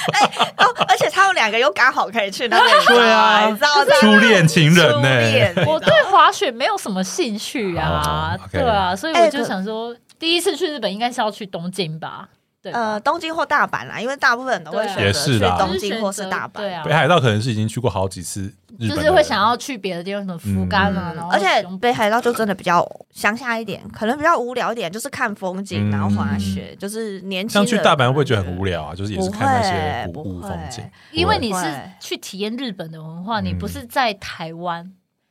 Speaker 2: 哦，而且他们两个又刚好可以去那边，
Speaker 1: 对啊
Speaker 2: 你知道吗
Speaker 1: 初恋情人呢、
Speaker 2: 初恋
Speaker 3: 我对滑雪没有什么兴趣啊
Speaker 1: 哦，，OK
Speaker 3: 对啊，所以
Speaker 2: 哎
Speaker 3: 我就
Speaker 2: 可
Speaker 3: 想说，第一次去日本应该是要去东京吧？对吧，
Speaker 2: 呃，东京或大阪啦，因为大部分人都会
Speaker 3: 对啊
Speaker 2: 选
Speaker 1: 也
Speaker 2: 择
Speaker 1: 是
Speaker 2: 去
Speaker 1: 啦
Speaker 2: 东京或是大阪
Speaker 3: 对。啊
Speaker 1: 北，海道可能是已经去过好几次日本的
Speaker 3: 就
Speaker 1: 人，
Speaker 3: 是会想要去别的地方，什么福冈啊，
Speaker 2: 嗯
Speaker 3: 然后
Speaker 2: 而且
Speaker 3: 熊
Speaker 2: 北海道就真的比较乡下一点，可能比较无聊一点，就是看风景，
Speaker 1: 嗯
Speaker 2: 然后滑雪，就是年轻
Speaker 1: 像
Speaker 2: 人。
Speaker 1: 去大阪会不会觉得很无聊啊？就是也是看那些
Speaker 2: 不
Speaker 1: 古
Speaker 2: 会
Speaker 1: 物
Speaker 2: 不会
Speaker 1: 风景，
Speaker 3: 因为你
Speaker 2: 不
Speaker 3: 是
Speaker 2: 会
Speaker 3: 去体验日本的文化，你
Speaker 1: 嗯
Speaker 3: 不是在台湾，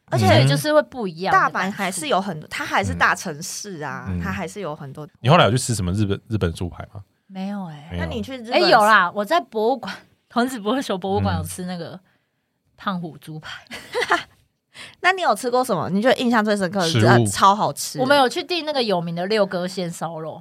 Speaker 2: 而
Speaker 3: 所
Speaker 1: 嗯
Speaker 3: 以
Speaker 2: 且
Speaker 3: 就是会不一样的
Speaker 2: 大
Speaker 3: 感触。
Speaker 2: 阪还是有很多，它还是大城市啊，
Speaker 1: 嗯
Speaker 2: 它还是有很多。
Speaker 1: 你后来有去吃什么日本日本猪排吗？
Speaker 3: 没有哎、
Speaker 1: 没
Speaker 2: 那
Speaker 1: 有
Speaker 2: 你去日
Speaker 3: 哎、
Speaker 2: 本
Speaker 3: 有啦，我在博物馆， 童子博手博物馆
Speaker 1: 嗯
Speaker 3: 有吃那个胖虎猪排，
Speaker 2: 那你有吃过什么？你觉得印象最深刻的
Speaker 1: 食
Speaker 2: 是
Speaker 1: 物
Speaker 2: 啊超好吃。
Speaker 3: 我们有去订那个有名的六哥鲜烧肉，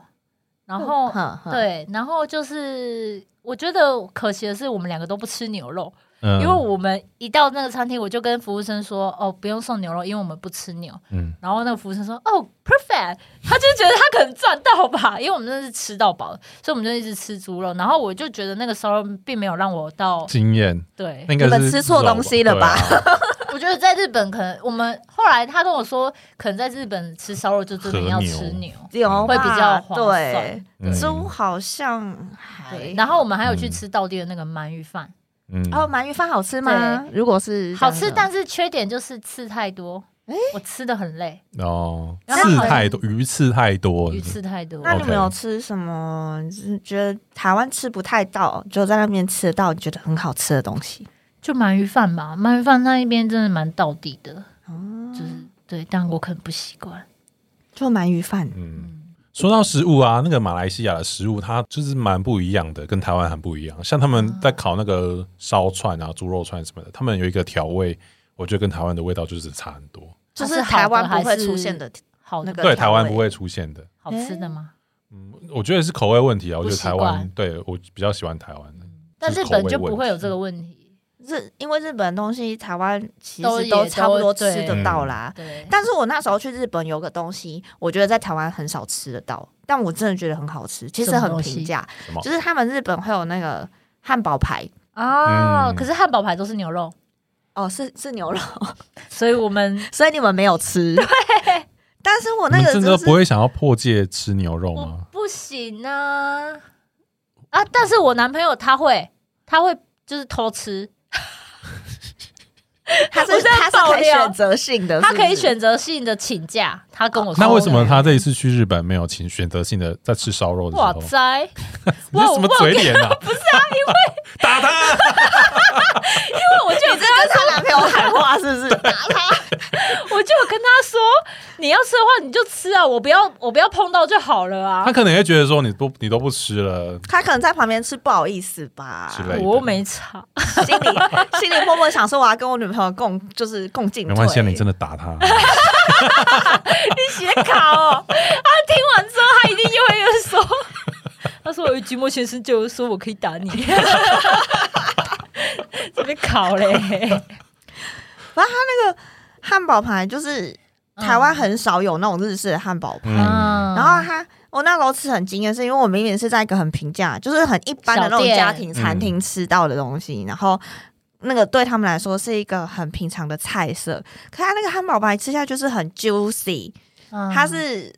Speaker 3: 然后、
Speaker 2: 哼，哼，
Speaker 3: 对，然后就是我觉得可惜的是，我们两个都不吃牛肉，
Speaker 1: 嗯
Speaker 3: 因为我们一到那个餐厅，我就跟服务生说，哦，不用送牛肉，因为我们不吃牛。
Speaker 1: 嗯
Speaker 3: 然后那个服务生说：“哦，perfect。”他就觉得他可能赚到吧， 因为我们真的是吃到饱，所以我们就一直吃猪肉。然后我就觉得那个烧肉并没有让我到
Speaker 1: 经验，
Speaker 3: 对
Speaker 1: 那，应该
Speaker 2: 你
Speaker 1: 是
Speaker 2: 们吃错东西了吧
Speaker 1: 肉对啊
Speaker 3: 我觉得在日本可能我们后来他跟我说，可能在日本吃烧肉就真的要吃
Speaker 1: 和牛
Speaker 3: 牛。
Speaker 2: 有
Speaker 3: 会比较
Speaker 2: 吧
Speaker 3: 划
Speaker 2: 对
Speaker 3: 算，
Speaker 1: 嗯
Speaker 2: 猪好像还
Speaker 3: 对，。然后我们还有去吃道地的那个鳗鱼饭，
Speaker 1: 嗯，
Speaker 2: 然后鳗鱼饭好吃吗？如果是这
Speaker 3: 好
Speaker 2: 样的
Speaker 3: 吃，但是缺点就是刺太多，我吃的很累，
Speaker 1: 哦，
Speaker 3: 然后
Speaker 1: 刺
Speaker 3: 好像
Speaker 1: 太多，鱼刺太多，
Speaker 3: 鱼刺太多。
Speaker 2: 那你们
Speaker 1: OK
Speaker 2: 有吃什么？就是觉得台湾吃不太到，就在那边吃得到，你觉得很好吃的东西？
Speaker 3: 就鳗鱼饭吧，鳗鱼饭那一边真的蛮道地的，就是对，但我可能不习惯。
Speaker 2: 就鳗鱼饭，
Speaker 1: 嗯，说到食物啊，那个马来西亚的食物它就是蛮不一样的，跟台湾很不一样。像他们在烤那个烧串啊、猪肉串什么的，他们有一个调味，我觉得跟台湾的味道就是差很多。
Speaker 2: 就
Speaker 3: 它是
Speaker 2: 是
Speaker 3: 好的
Speaker 2: 台湾不
Speaker 3: 还
Speaker 2: 会
Speaker 3: 是
Speaker 2: 出现的。
Speaker 3: 好的
Speaker 2: 那个
Speaker 1: 对，
Speaker 2: 调
Speaker 1: 台湾
Speaker 2: 味
Speaker 1: 不会出现的。
Speaker 3: 好吃的吗？
Speaker 1: 我觉得是口味问题啊，我
Speaker 3: 不
Speaker 1: 觉得
Speaker 3: 习
Speaker 1: 台湾
Speaker 3: 惯
Speaker 1: 对我比较喜欢台湾的。
Speaker 3: 但
Speaker 1: 就是
Speaker 3: 日
Speaker 1: 口
Speaker 3: 本
Speaker 1: 味
Speaker 3: 就不
Speaker 1: 问
Speaker 3: 会
Speaker 1: 题
Speaker 3: 有这个问题。
Speaker 2: 日因为日本的东西，台湾其
Speaker 3: 都
Speaker 2: 实
Speaker 3: 也
Speaker 2: 都差不多
Speaker 3: 都
Speaker 2: 吃
Speaker 3: 对
Speaker 2: 得到啦。
Speaker 3: 对，
Speaker 2: 但是我那时候去日本有个东西，我觉得在台湾很少吃得到，但我真的觉得很好吃，其实
Speaker 3: 什么
Speaker 2: 很
Speaker 3: 东西
Speaker 2: 平价
Speaker 1: 什么，
Speaker 2: 就是他们日本会有那个汉堡排，
Speaker 3: 啊，
Speaker 1: 嗯
Speaker 3: 可是汉堡排都是牛肉，
Speaker 2: 哦，是是牛肉，
Speaker 3: 所以我们
Speaker 2: 所以你们没有吃。对，但是我
Speaker 1: 你
Speaker 2: 那
Speaker 1: 们
Speaker 2: 个
Speaker 1: 真
Speaker 2: 就
Speaker 1: 的
Speaker 2: 是
Speaker 1: 不会想要破戒吃牛肉
Speaker 3: 我
Speaker 1: 吗？
Speaker 3: 不行啊啊！但是我男朋友他会，他会就是偷吃，
Speaker 2: 他
Speaker 3: 我
Speaker 2: 是
Speaker 3: 现在
Speaker 2: 他是
Speaker 3: 爆
Speaker 2: 可以
Speaker 3: 料
Speaker 2: 选择性的，
Speaker 3: 他
Speaker 2: 是不
Speaker 3: 可以
Speaker 2: 是
Speaker 3: 选择性的请假。他跟我说，
Speaker 1: 那为什么他这一次去日本没有请选择性的在吃烧肉的时
Speaker 3: 哇
Speaker 1: 候？
Speaker 3: 塞，
Speaker 1: 你这
Speaker 3: 哇
Speaker 1: 什么嘴脸啊？不是啊，因为打他，
Speaker 3: 因为我就有跟 他
Speaker 2: 跟她男朋友喊话，是不是？打他！
Speaker 3: 我就有跟他说，你要吃的话你就吃啊，我不要我不要碰到就好了啊
Speaker 1: 他。可能也会觉得说你不你都不吃了，
Speaker 2: 他可能在旁边吃，不好意思吧？
Speaker 1: 之类的
Speaker 3: 我又没差，
Speaker 2: 心里心里默默想说，我要跟我女朋友共，就是共进退。
Speaker 1: 没关系啊，你真的打他，
Speaker 3: 你写卡哦。 他听完之后，他一定又会说， 他说我寂寞先生就说我可以 打你，这边考嘞。
Speaker 2: 汉堡排就是台湾很少有那种日式的汉堡排。
Speaker 1: 嗯，
Speaker 2: 然后他，我那时候吃很惊艳，是因为我明明是在一个很平价，就是很一般的那
Speaker 3: 小
Speaker 2: 种
Speaker 3: 店
Speaker 2: 家庭餐厅吃到的东
Speaker 1: 嗯
Speaker 2: 西，然后。那个对他们来说是一个很平常的菜色，可他那个汉堡排吃下去就是很 juicy，它
Speaker 3: 嗯
Speaker 2: 是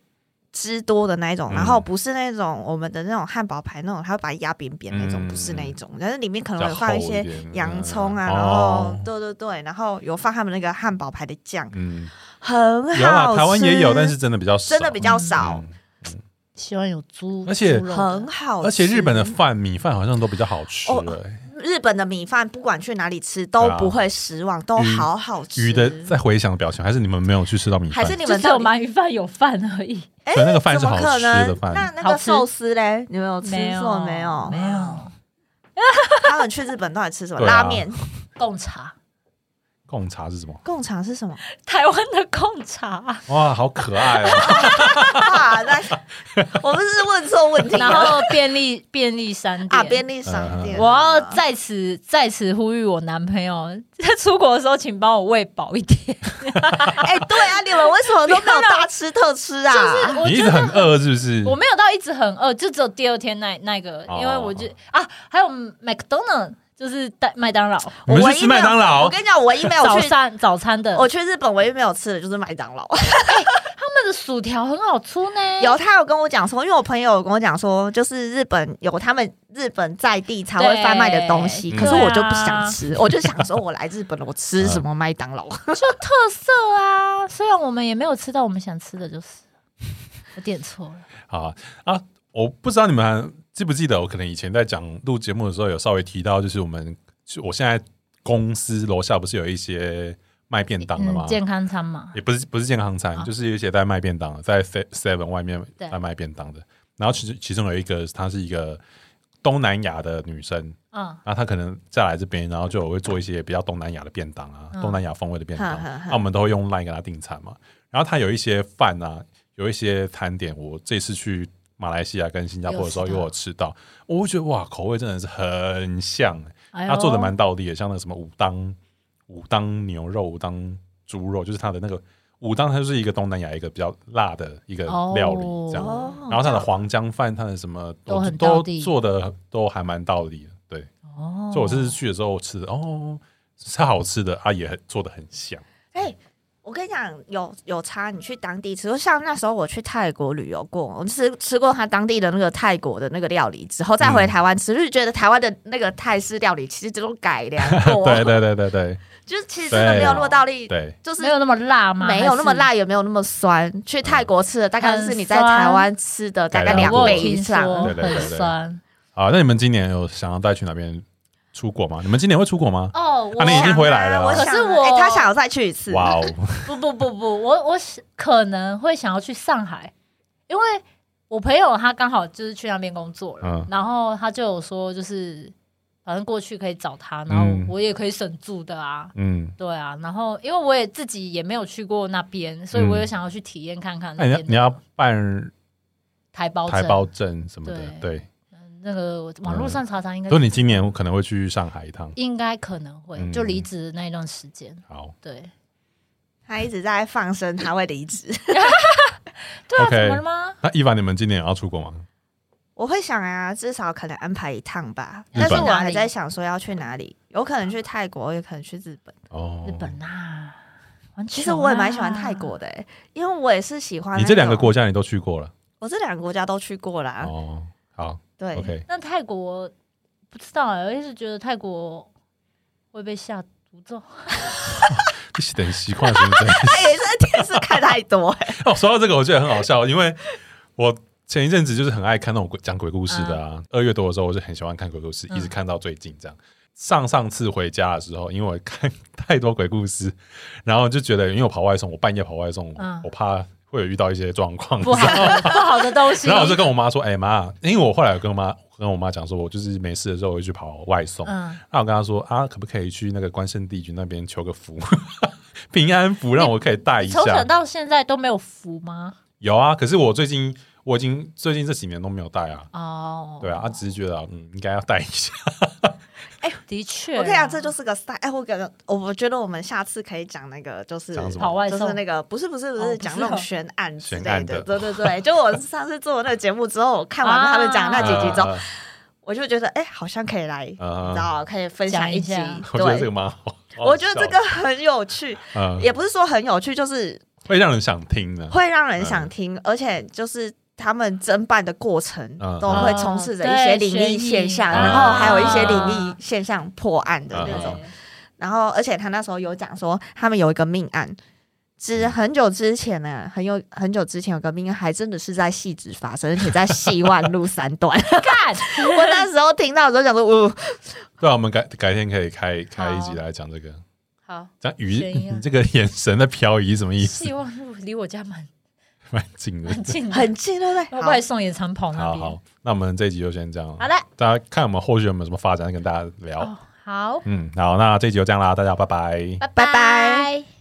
Speaker 2: 汁多的那一种，
Speaker 1: 嗯
Speaker 2: 然后不是那种我们的那种汉堡排那种，它会把它压扁扁那种，
Speaker 1: 嗯
Speaker 2: 不是那一种，但是里面可
Speaker 1: 比较
Speaker 2: 能有放
Speaker 1: 厚
Speaker 2: 一些
Speaker 1: 点
Speaker 2: 洋葱啊，
Speaker 1: 嗯
Speaker 2: 然后
Speaker 1: 哦
Speaker 2: 对对对，然后有放他们那个汉堡排的酱，
Speaker 1: 嗯，
Speaker 2: 很好吃。
Speaker 1: 有啊，台湾也有，但是真的比较少，
Speaker 2: 真的比较少，
Speaker 1: 嗯
Speaker 3: 喜欢有猪，
Speaker 1: 而且
Speaker 3: 猪肉的
Speaker 2: 很好吃。
Speaker 1: 嗯而且日本的饭米饭好像都比较好吃
Speaker 2: 哦
Speaker 1: 欸，
Speaker 2: 日本的米饭，不管去哪里吃都
Speaker 1: 对啊
Speaker 2: 不会失望，都
Speaker 1: 鱼
Speaker 2: 好好吃。
Speaker 1: 鱼的在回想的表情，还是你们没有去吃到米
Speaker 2: 还
Speaker 1: 饭？
Speaker 2: 是你
Speaker 3: 就
Speaker 2: 们
Speaker 3: 只有
Speaker 2: 到底
Speaker 3: 鳗鱼饭有饭而已，
Speaker 2: 哎
Speaker 1: 对那个饭是
Speaker 2: 怎么
Speaker 1: 好
Speaker 2: 可
Speaker 1: 吃的
Speaker 2: 能？
Speaker 1: 饭
Speaker 2: 那那
Speaker 3: 好
Speaker 2: 个
Speaker 3: 吃
Speaker 2: 寿司嘞，你们有吃过没有？
Speaker 3: 没有
Speaker 2: 他们去日本到底吃什么？
Speaker 1: 对啊
Speaker 2: 拉面。
Speaker 3: 贡茶。
Speaker 1: 贡茶是什么？
Speaker 2: 贡茶是什么？
Speaker 3: 台湾的贡茶，
Speaker 1: 哇，好可爱 哦！
Speaker 2: 啊，那我们是问错问题
Speaker 3: 然
Speaker 2: 了
Speaker 3: 后 便利便利商店
Speaker 2: 啊！便利商店，
Speaker 1: 嗯
Speaker 3: 我要在此在此呼吁我男朋友， 在出国的时候请帮我喂饱一点。
Speaker 2: 哎，对啊，你们为什么都没有大吃特吃啊？
Speaker 3: 就是我
Speaker 1: 你一
Speaker 3: 觉
Speaker 1: 直
Speaker 3: 得
Speaker 1: 很饿是不是？
Speaker 3: 我没有到一直很饿，就只有第二天那那个，
Speaker 1: 哦
Speaker 3: 因为我就啊，还有 McDonald 就是麦麦当劳
Speaker 1: 你
Speaker 2: 我
Speaker 1: 们
Speaker 2: 唯
Speaker 1: 去
Speaker 2: 一
Speaker 1: 吃
Speaker 2: 没
Speaker 1: 麦
Speaker 2: 有
Speaker 1: 当劳
Speaker 2: 我跟你讲，我唯一没有
Speaker 3: 早
Speaker 2: 去，
Speaker 3: 餐早餐的，哎
Speaker 2: 我去日本唯一没有吃的就是麦当劳。
Speaker 3: 他们的薯条很好吃呢。
Speaker 2: 有他有跟我讲说，因为我朋友有跟我讲说，就是日本有他们日本在地才会贩卖的东西，
Speaker 1: 对
Speaker 2: 可是我就不想吃，
Speaker 1: 啊
Speaker 2: 我就想说我来日本了，我吃什么
Speaker 1: 嗯
Speaker 2: 麦当劳？
Speaker 3: 特色啊，虽然我们也没有吃到我们想吃的，就是我点错 了。
Speaker 1: 好啊啊！我不知道你们还记不记得，我可能以前在讲录节目的时候有稍微提到，就是我们就我现在公司楼下不是有一些卖便当的吗
Speaker 3: 嗯，？健康餐嘛，
Speaker 1: 也不是不是健康餐，
Speaker 3: 啊
Speaker 1: 就是有一些在卖便当的，在 Se- Seven 外面
Speaker 3: 对
Speaker 1: 在卖便当的。然后其实其中有一个，她是一个东南亚的女生，
Speaker 3: 嗯，
Speaker 1: 然后她可能再来这边，然后就我会做一些比较东南亚的便当啊，
Speaker 3: 嗯
Speaker 1: 东南亚风味的便当，
Speaker 2: 哈哈哈
Speaker 1: 那、我们都会用 LINE 给她订餐嘛。然后她有一些饭啊，有一些餐点，我这次去马来西亚跟新加坡的时候，
Speaker 3: 有吃
Speaker 1: 有
Speaker 3: 到
Speaker 1: 我吃到，我会觉得哇，口味真的是很像、
Speaker 3: 哎呦
Speaker 1: 他做的蛮到地的，像那个什么武当武当牛肉、武当猪肉，就是他的那个武当，它就是一个东南亚一个比较辣的一个料理
Speaker 3: 哦
Speaker 1: 这样。
Speaker 2: 哦
Speaker 1: 然后他的黄姜饭，他的什么
Speaker 3: 都
Speaker 1: 都
Speaker 3: 很道地
Speaker 1: 做的都还蛮到地的，对。
Speaker 3: 哦
Speaker 1: 所以我这次去的时候吃的，哦，是好吃的，啊，也很做的很像。
Speaker 2: 哎、我跟你讲，有有差，你去当地吃，就像那时候我去泰国旅游过，我吃吃过他当地的那个泰国的那个料理之后，再
Speaker 1: 嗯
Speaker 2: 回台湾吃，就是觉得台湾的那个泰式料理其实这种改良
Speaker 3: 哦
Speaker 2: 过，
Speaker 1: 对对对对对
Speaker 2: 就是其实真的没有落到力，
Speaker 1: 对，
Speaker 2: 就是
Speaker 3: 没有那么辣吗？
Speaker 2: 没有那么
Speaker 3: 还
Speaker 2: 辣，也没有那么酸。去泰
Speaker 1: 嗯
Speaker 2: 国吃的大概是你在台湾吃的大概
Speaker 1: 很
Speaker 3: 是。
Speaker 1: 酸
Speaker 2: 两
Speaker 3: 我
Speaker 2: 倍
Speaker 3: 有
Speaker 2: 以
Speaker 3: 听说
Speaker 2: 上。
Speaker 1: 对对对
Speaker 3: 很
Speaker 1: 对
Speaker 3: 酸
Speaker 1: 啊，那你们今年有想要再去哪边出国吗？你们今年会出国吗？
Speaker 3: 哦。
Speaker 1: 啊
Speaker 3: 我
Speaker 1: 你已经回来了
Speaker 2: 我想啊
Speaker 3: 可是我
Speaker 2: 哎他想要再去一次。
Speaker 1: 哇哦，
Speaker 3: 不不不不，我我是可能会想要去上海，因为我朋友他刚好就是去那边工作了，
Speaker 1: 嗯
Speaker 3: 然后他就有说就是反正过去可以找他，然后
Speaker 1: 嗯
Speaker 3: 我也可以省住的啊。
Speaker 1: 嗯，
Speaker 3: 对啊，然后因为我也自己也没有去过那边，所以我也
Speaker 1: 嗯
Speaker 3: 想要去体验看看
Speaker 1: 那
Speaker 3: 那
Speaker 1: 哎你
Speaker 3: 边
Speaker 1: 要
Speaker 3: 的
Speaker 1: 你要办
Speaker 3: 台胞
Speaker 1: 台
Speaker 3: 证
Speaker 1: 胞证什么的，
Speaker 3: 对
Speaker 1: 对。
Speaker 3: 嗯那个网络上查查应该
Speaker 1: 所以你今年可能会去上海一趟。
Speaker 3: 应该可能会
Speaker 1: 嗯
Speaker 3: 就离职的那一段时间，
Speaker 1: 好
Speaker 3: 对
Speaker 2: 他一直在放生，他会离职。
Speaker 3: 对啊，
Speaker 1: OK
Speaker 3: 怎么了吗？
Speaker 1: 那伊凡，你们今年也要出国吗？
Speaker 2: 我会想啊，至少可能安排一趟吧。
Speaker 1: 日
Speaker 2: 但
Speaker 1: 本
Speaker 2: 是我还在想说要去哪里，有可能去泰国，也可能去日本。
Speaker 1: 哦，
Speaker 3: 日本啊，环球
Speaker 2: 其实我也蛮喜欢
Speaker 3: 啊
Speaker 2: 泰国的、欸，因为我也是喜欢。
Speaker 1: 你这两个国，家你都去过了。
Speaker 2: 我这两个国家都去过
Speaker 3: 啊
Speaker 2: 啦。
Speaker 1: 哦，好
Speaker 2: 对，
Speaker 1: ，OK，
Speaker 3: 那泰国不知道哎、我一直觉得泰国会被下毒 咒。
Speaker 1: 一起等习惯是不是？
Speaker 2: 哎，这电视看太多、 欸，
Speaker 1: 哦，说到这个，我觉得很好笑，因为我前一阵子就是很爱看那种鬼讲鬼故事的啊。二月多的时候，我就很喜欢看鬼故事，
Speaker 3: 嗯
Speaker 1: 一直看到最近这样。上上次回家的时候，因为我看太多鬼故事，然后就觉得，因为我跑外送，我半夜跑外送，
Speaker 3: 嗯
Speaker 1: 我怕会有遇到一些状况，
Speaker 3: 不好的不好的东西。
Speaker 1: 然后我就跟我妈说：“哎、妈，因为我后来有跟我妈跟我妈讲说，我就是没事的时候我会去跑外送。
Speaker 3: 嗯，
Speaker 1: 那我跟她说啊，可不可以去那个关圣帝君那边求个福， 平安符，让我可以带一
Speaker 3: 你从小
Speaker 1: 下。
Speaker 3: 到现在都没有服吗？
Speaker 1: 有啊，可是我最近我已经最近这几年都没有带啊。
Speaker 3: 哦，
Speaker 1: 对啊，啊只是觉得嗯，应该要带一 下。
Speaker 3: 的确啊，
Speaker 2: 我跟你讲，这就是个赛。哎，我感觉，我我觉得我们下次可以讲那个，就是
Speaker 1: 讲什么
Speaker 3: 跑外
Speaker 2: 就
Speaker 3: 送
Speaker 2: 是那个不是不是不
Speaker 3: 哦不
Speaker 2: 是
Speaker 3: 是
Speaker 2: 讲那种悬案之
Speaker 1: 悬
Speaker 2: 类
Speaker 1: 案
Speaker 2: 的，
Speaker 1: 的
Speaker 2: 对对 对。就我上次做那个节目之后，我看完他们讲那几集之后，
Speaker 1: 呃
Speaker 2: 我就觉得哎，好像可以来，你
Speaker 1: 呃
Speaker 2: 知道，可以分享集
Speaker 3: 讲一下。
Speaker 1: 我觉得这
Speaker 2: 对
Speaker 1: 个，蛮好。
Speaker 2: 我觉得这个很有 趣，
Speaker 1: 呃
Speaker 2: 也不是说很有趣，就是
Speaker 1: 会让人想听的。
Speaker 2: 会让人
Speaker 1: 嗯
Speaker 2: 想听，而且就是。他们侦办的过程
Speaker 1: 嗯
Speaker 2: 都会充斥着一些
Speaker 3: 嗯对
Speaker 2: 灵异现象，
Speaker 1: 悬疑
Speaker 2: 然后还有一些灵
Speaker 3: 啊
Speaker 2: 异现象破案的
Speaker 1: 嗯
Speaker 2: 那
Speaker 3: 对
Speaker 2: 种。
Speaker 1: 嗯
Speaker 2: 然后，而且他那时候有讲说，他们有一个命案，之很久之前呢、很有很久之前有个命案，还真的是在戏子发生，而且在戏 万路三段。
Speaker 3: 干，
Speaker 2: 我那时候听到的时候想说，呜、
Speaker 1: 对啊，我们改改天可以开开一集
Speaker 3: 好
Speaker 1: 来讲这个。
Speaker 3: 好，
Speaker 1: 讲
Speaker 3: 悬疑
Speaker 1: 鱼，
Speaker 3: 啊
Speaker 1: 你这个眼神在漂移什么意思？
Speaker 3: 希望路离我家蛮
Speaker 1: 蛮近的。
Speaker 3: 蛮近的，
Speaker 2: 很近，对不对？好
Speaker 3: 外送也常跑那
Speaker 1: 好
Speaker 3: 边。
Speaker 1: 好，那我们这一集就先这样了。
Speaker 3: 好的，
Speaker 1: 大家看我们后续有没有什么发展，跟大家聊。
Speaker 3: 哦，好，
Speaker 1: 嗯，好，那这集就这样啦，大家拜拜。
Speaker 3: 拜
Speaker 2: 拜拜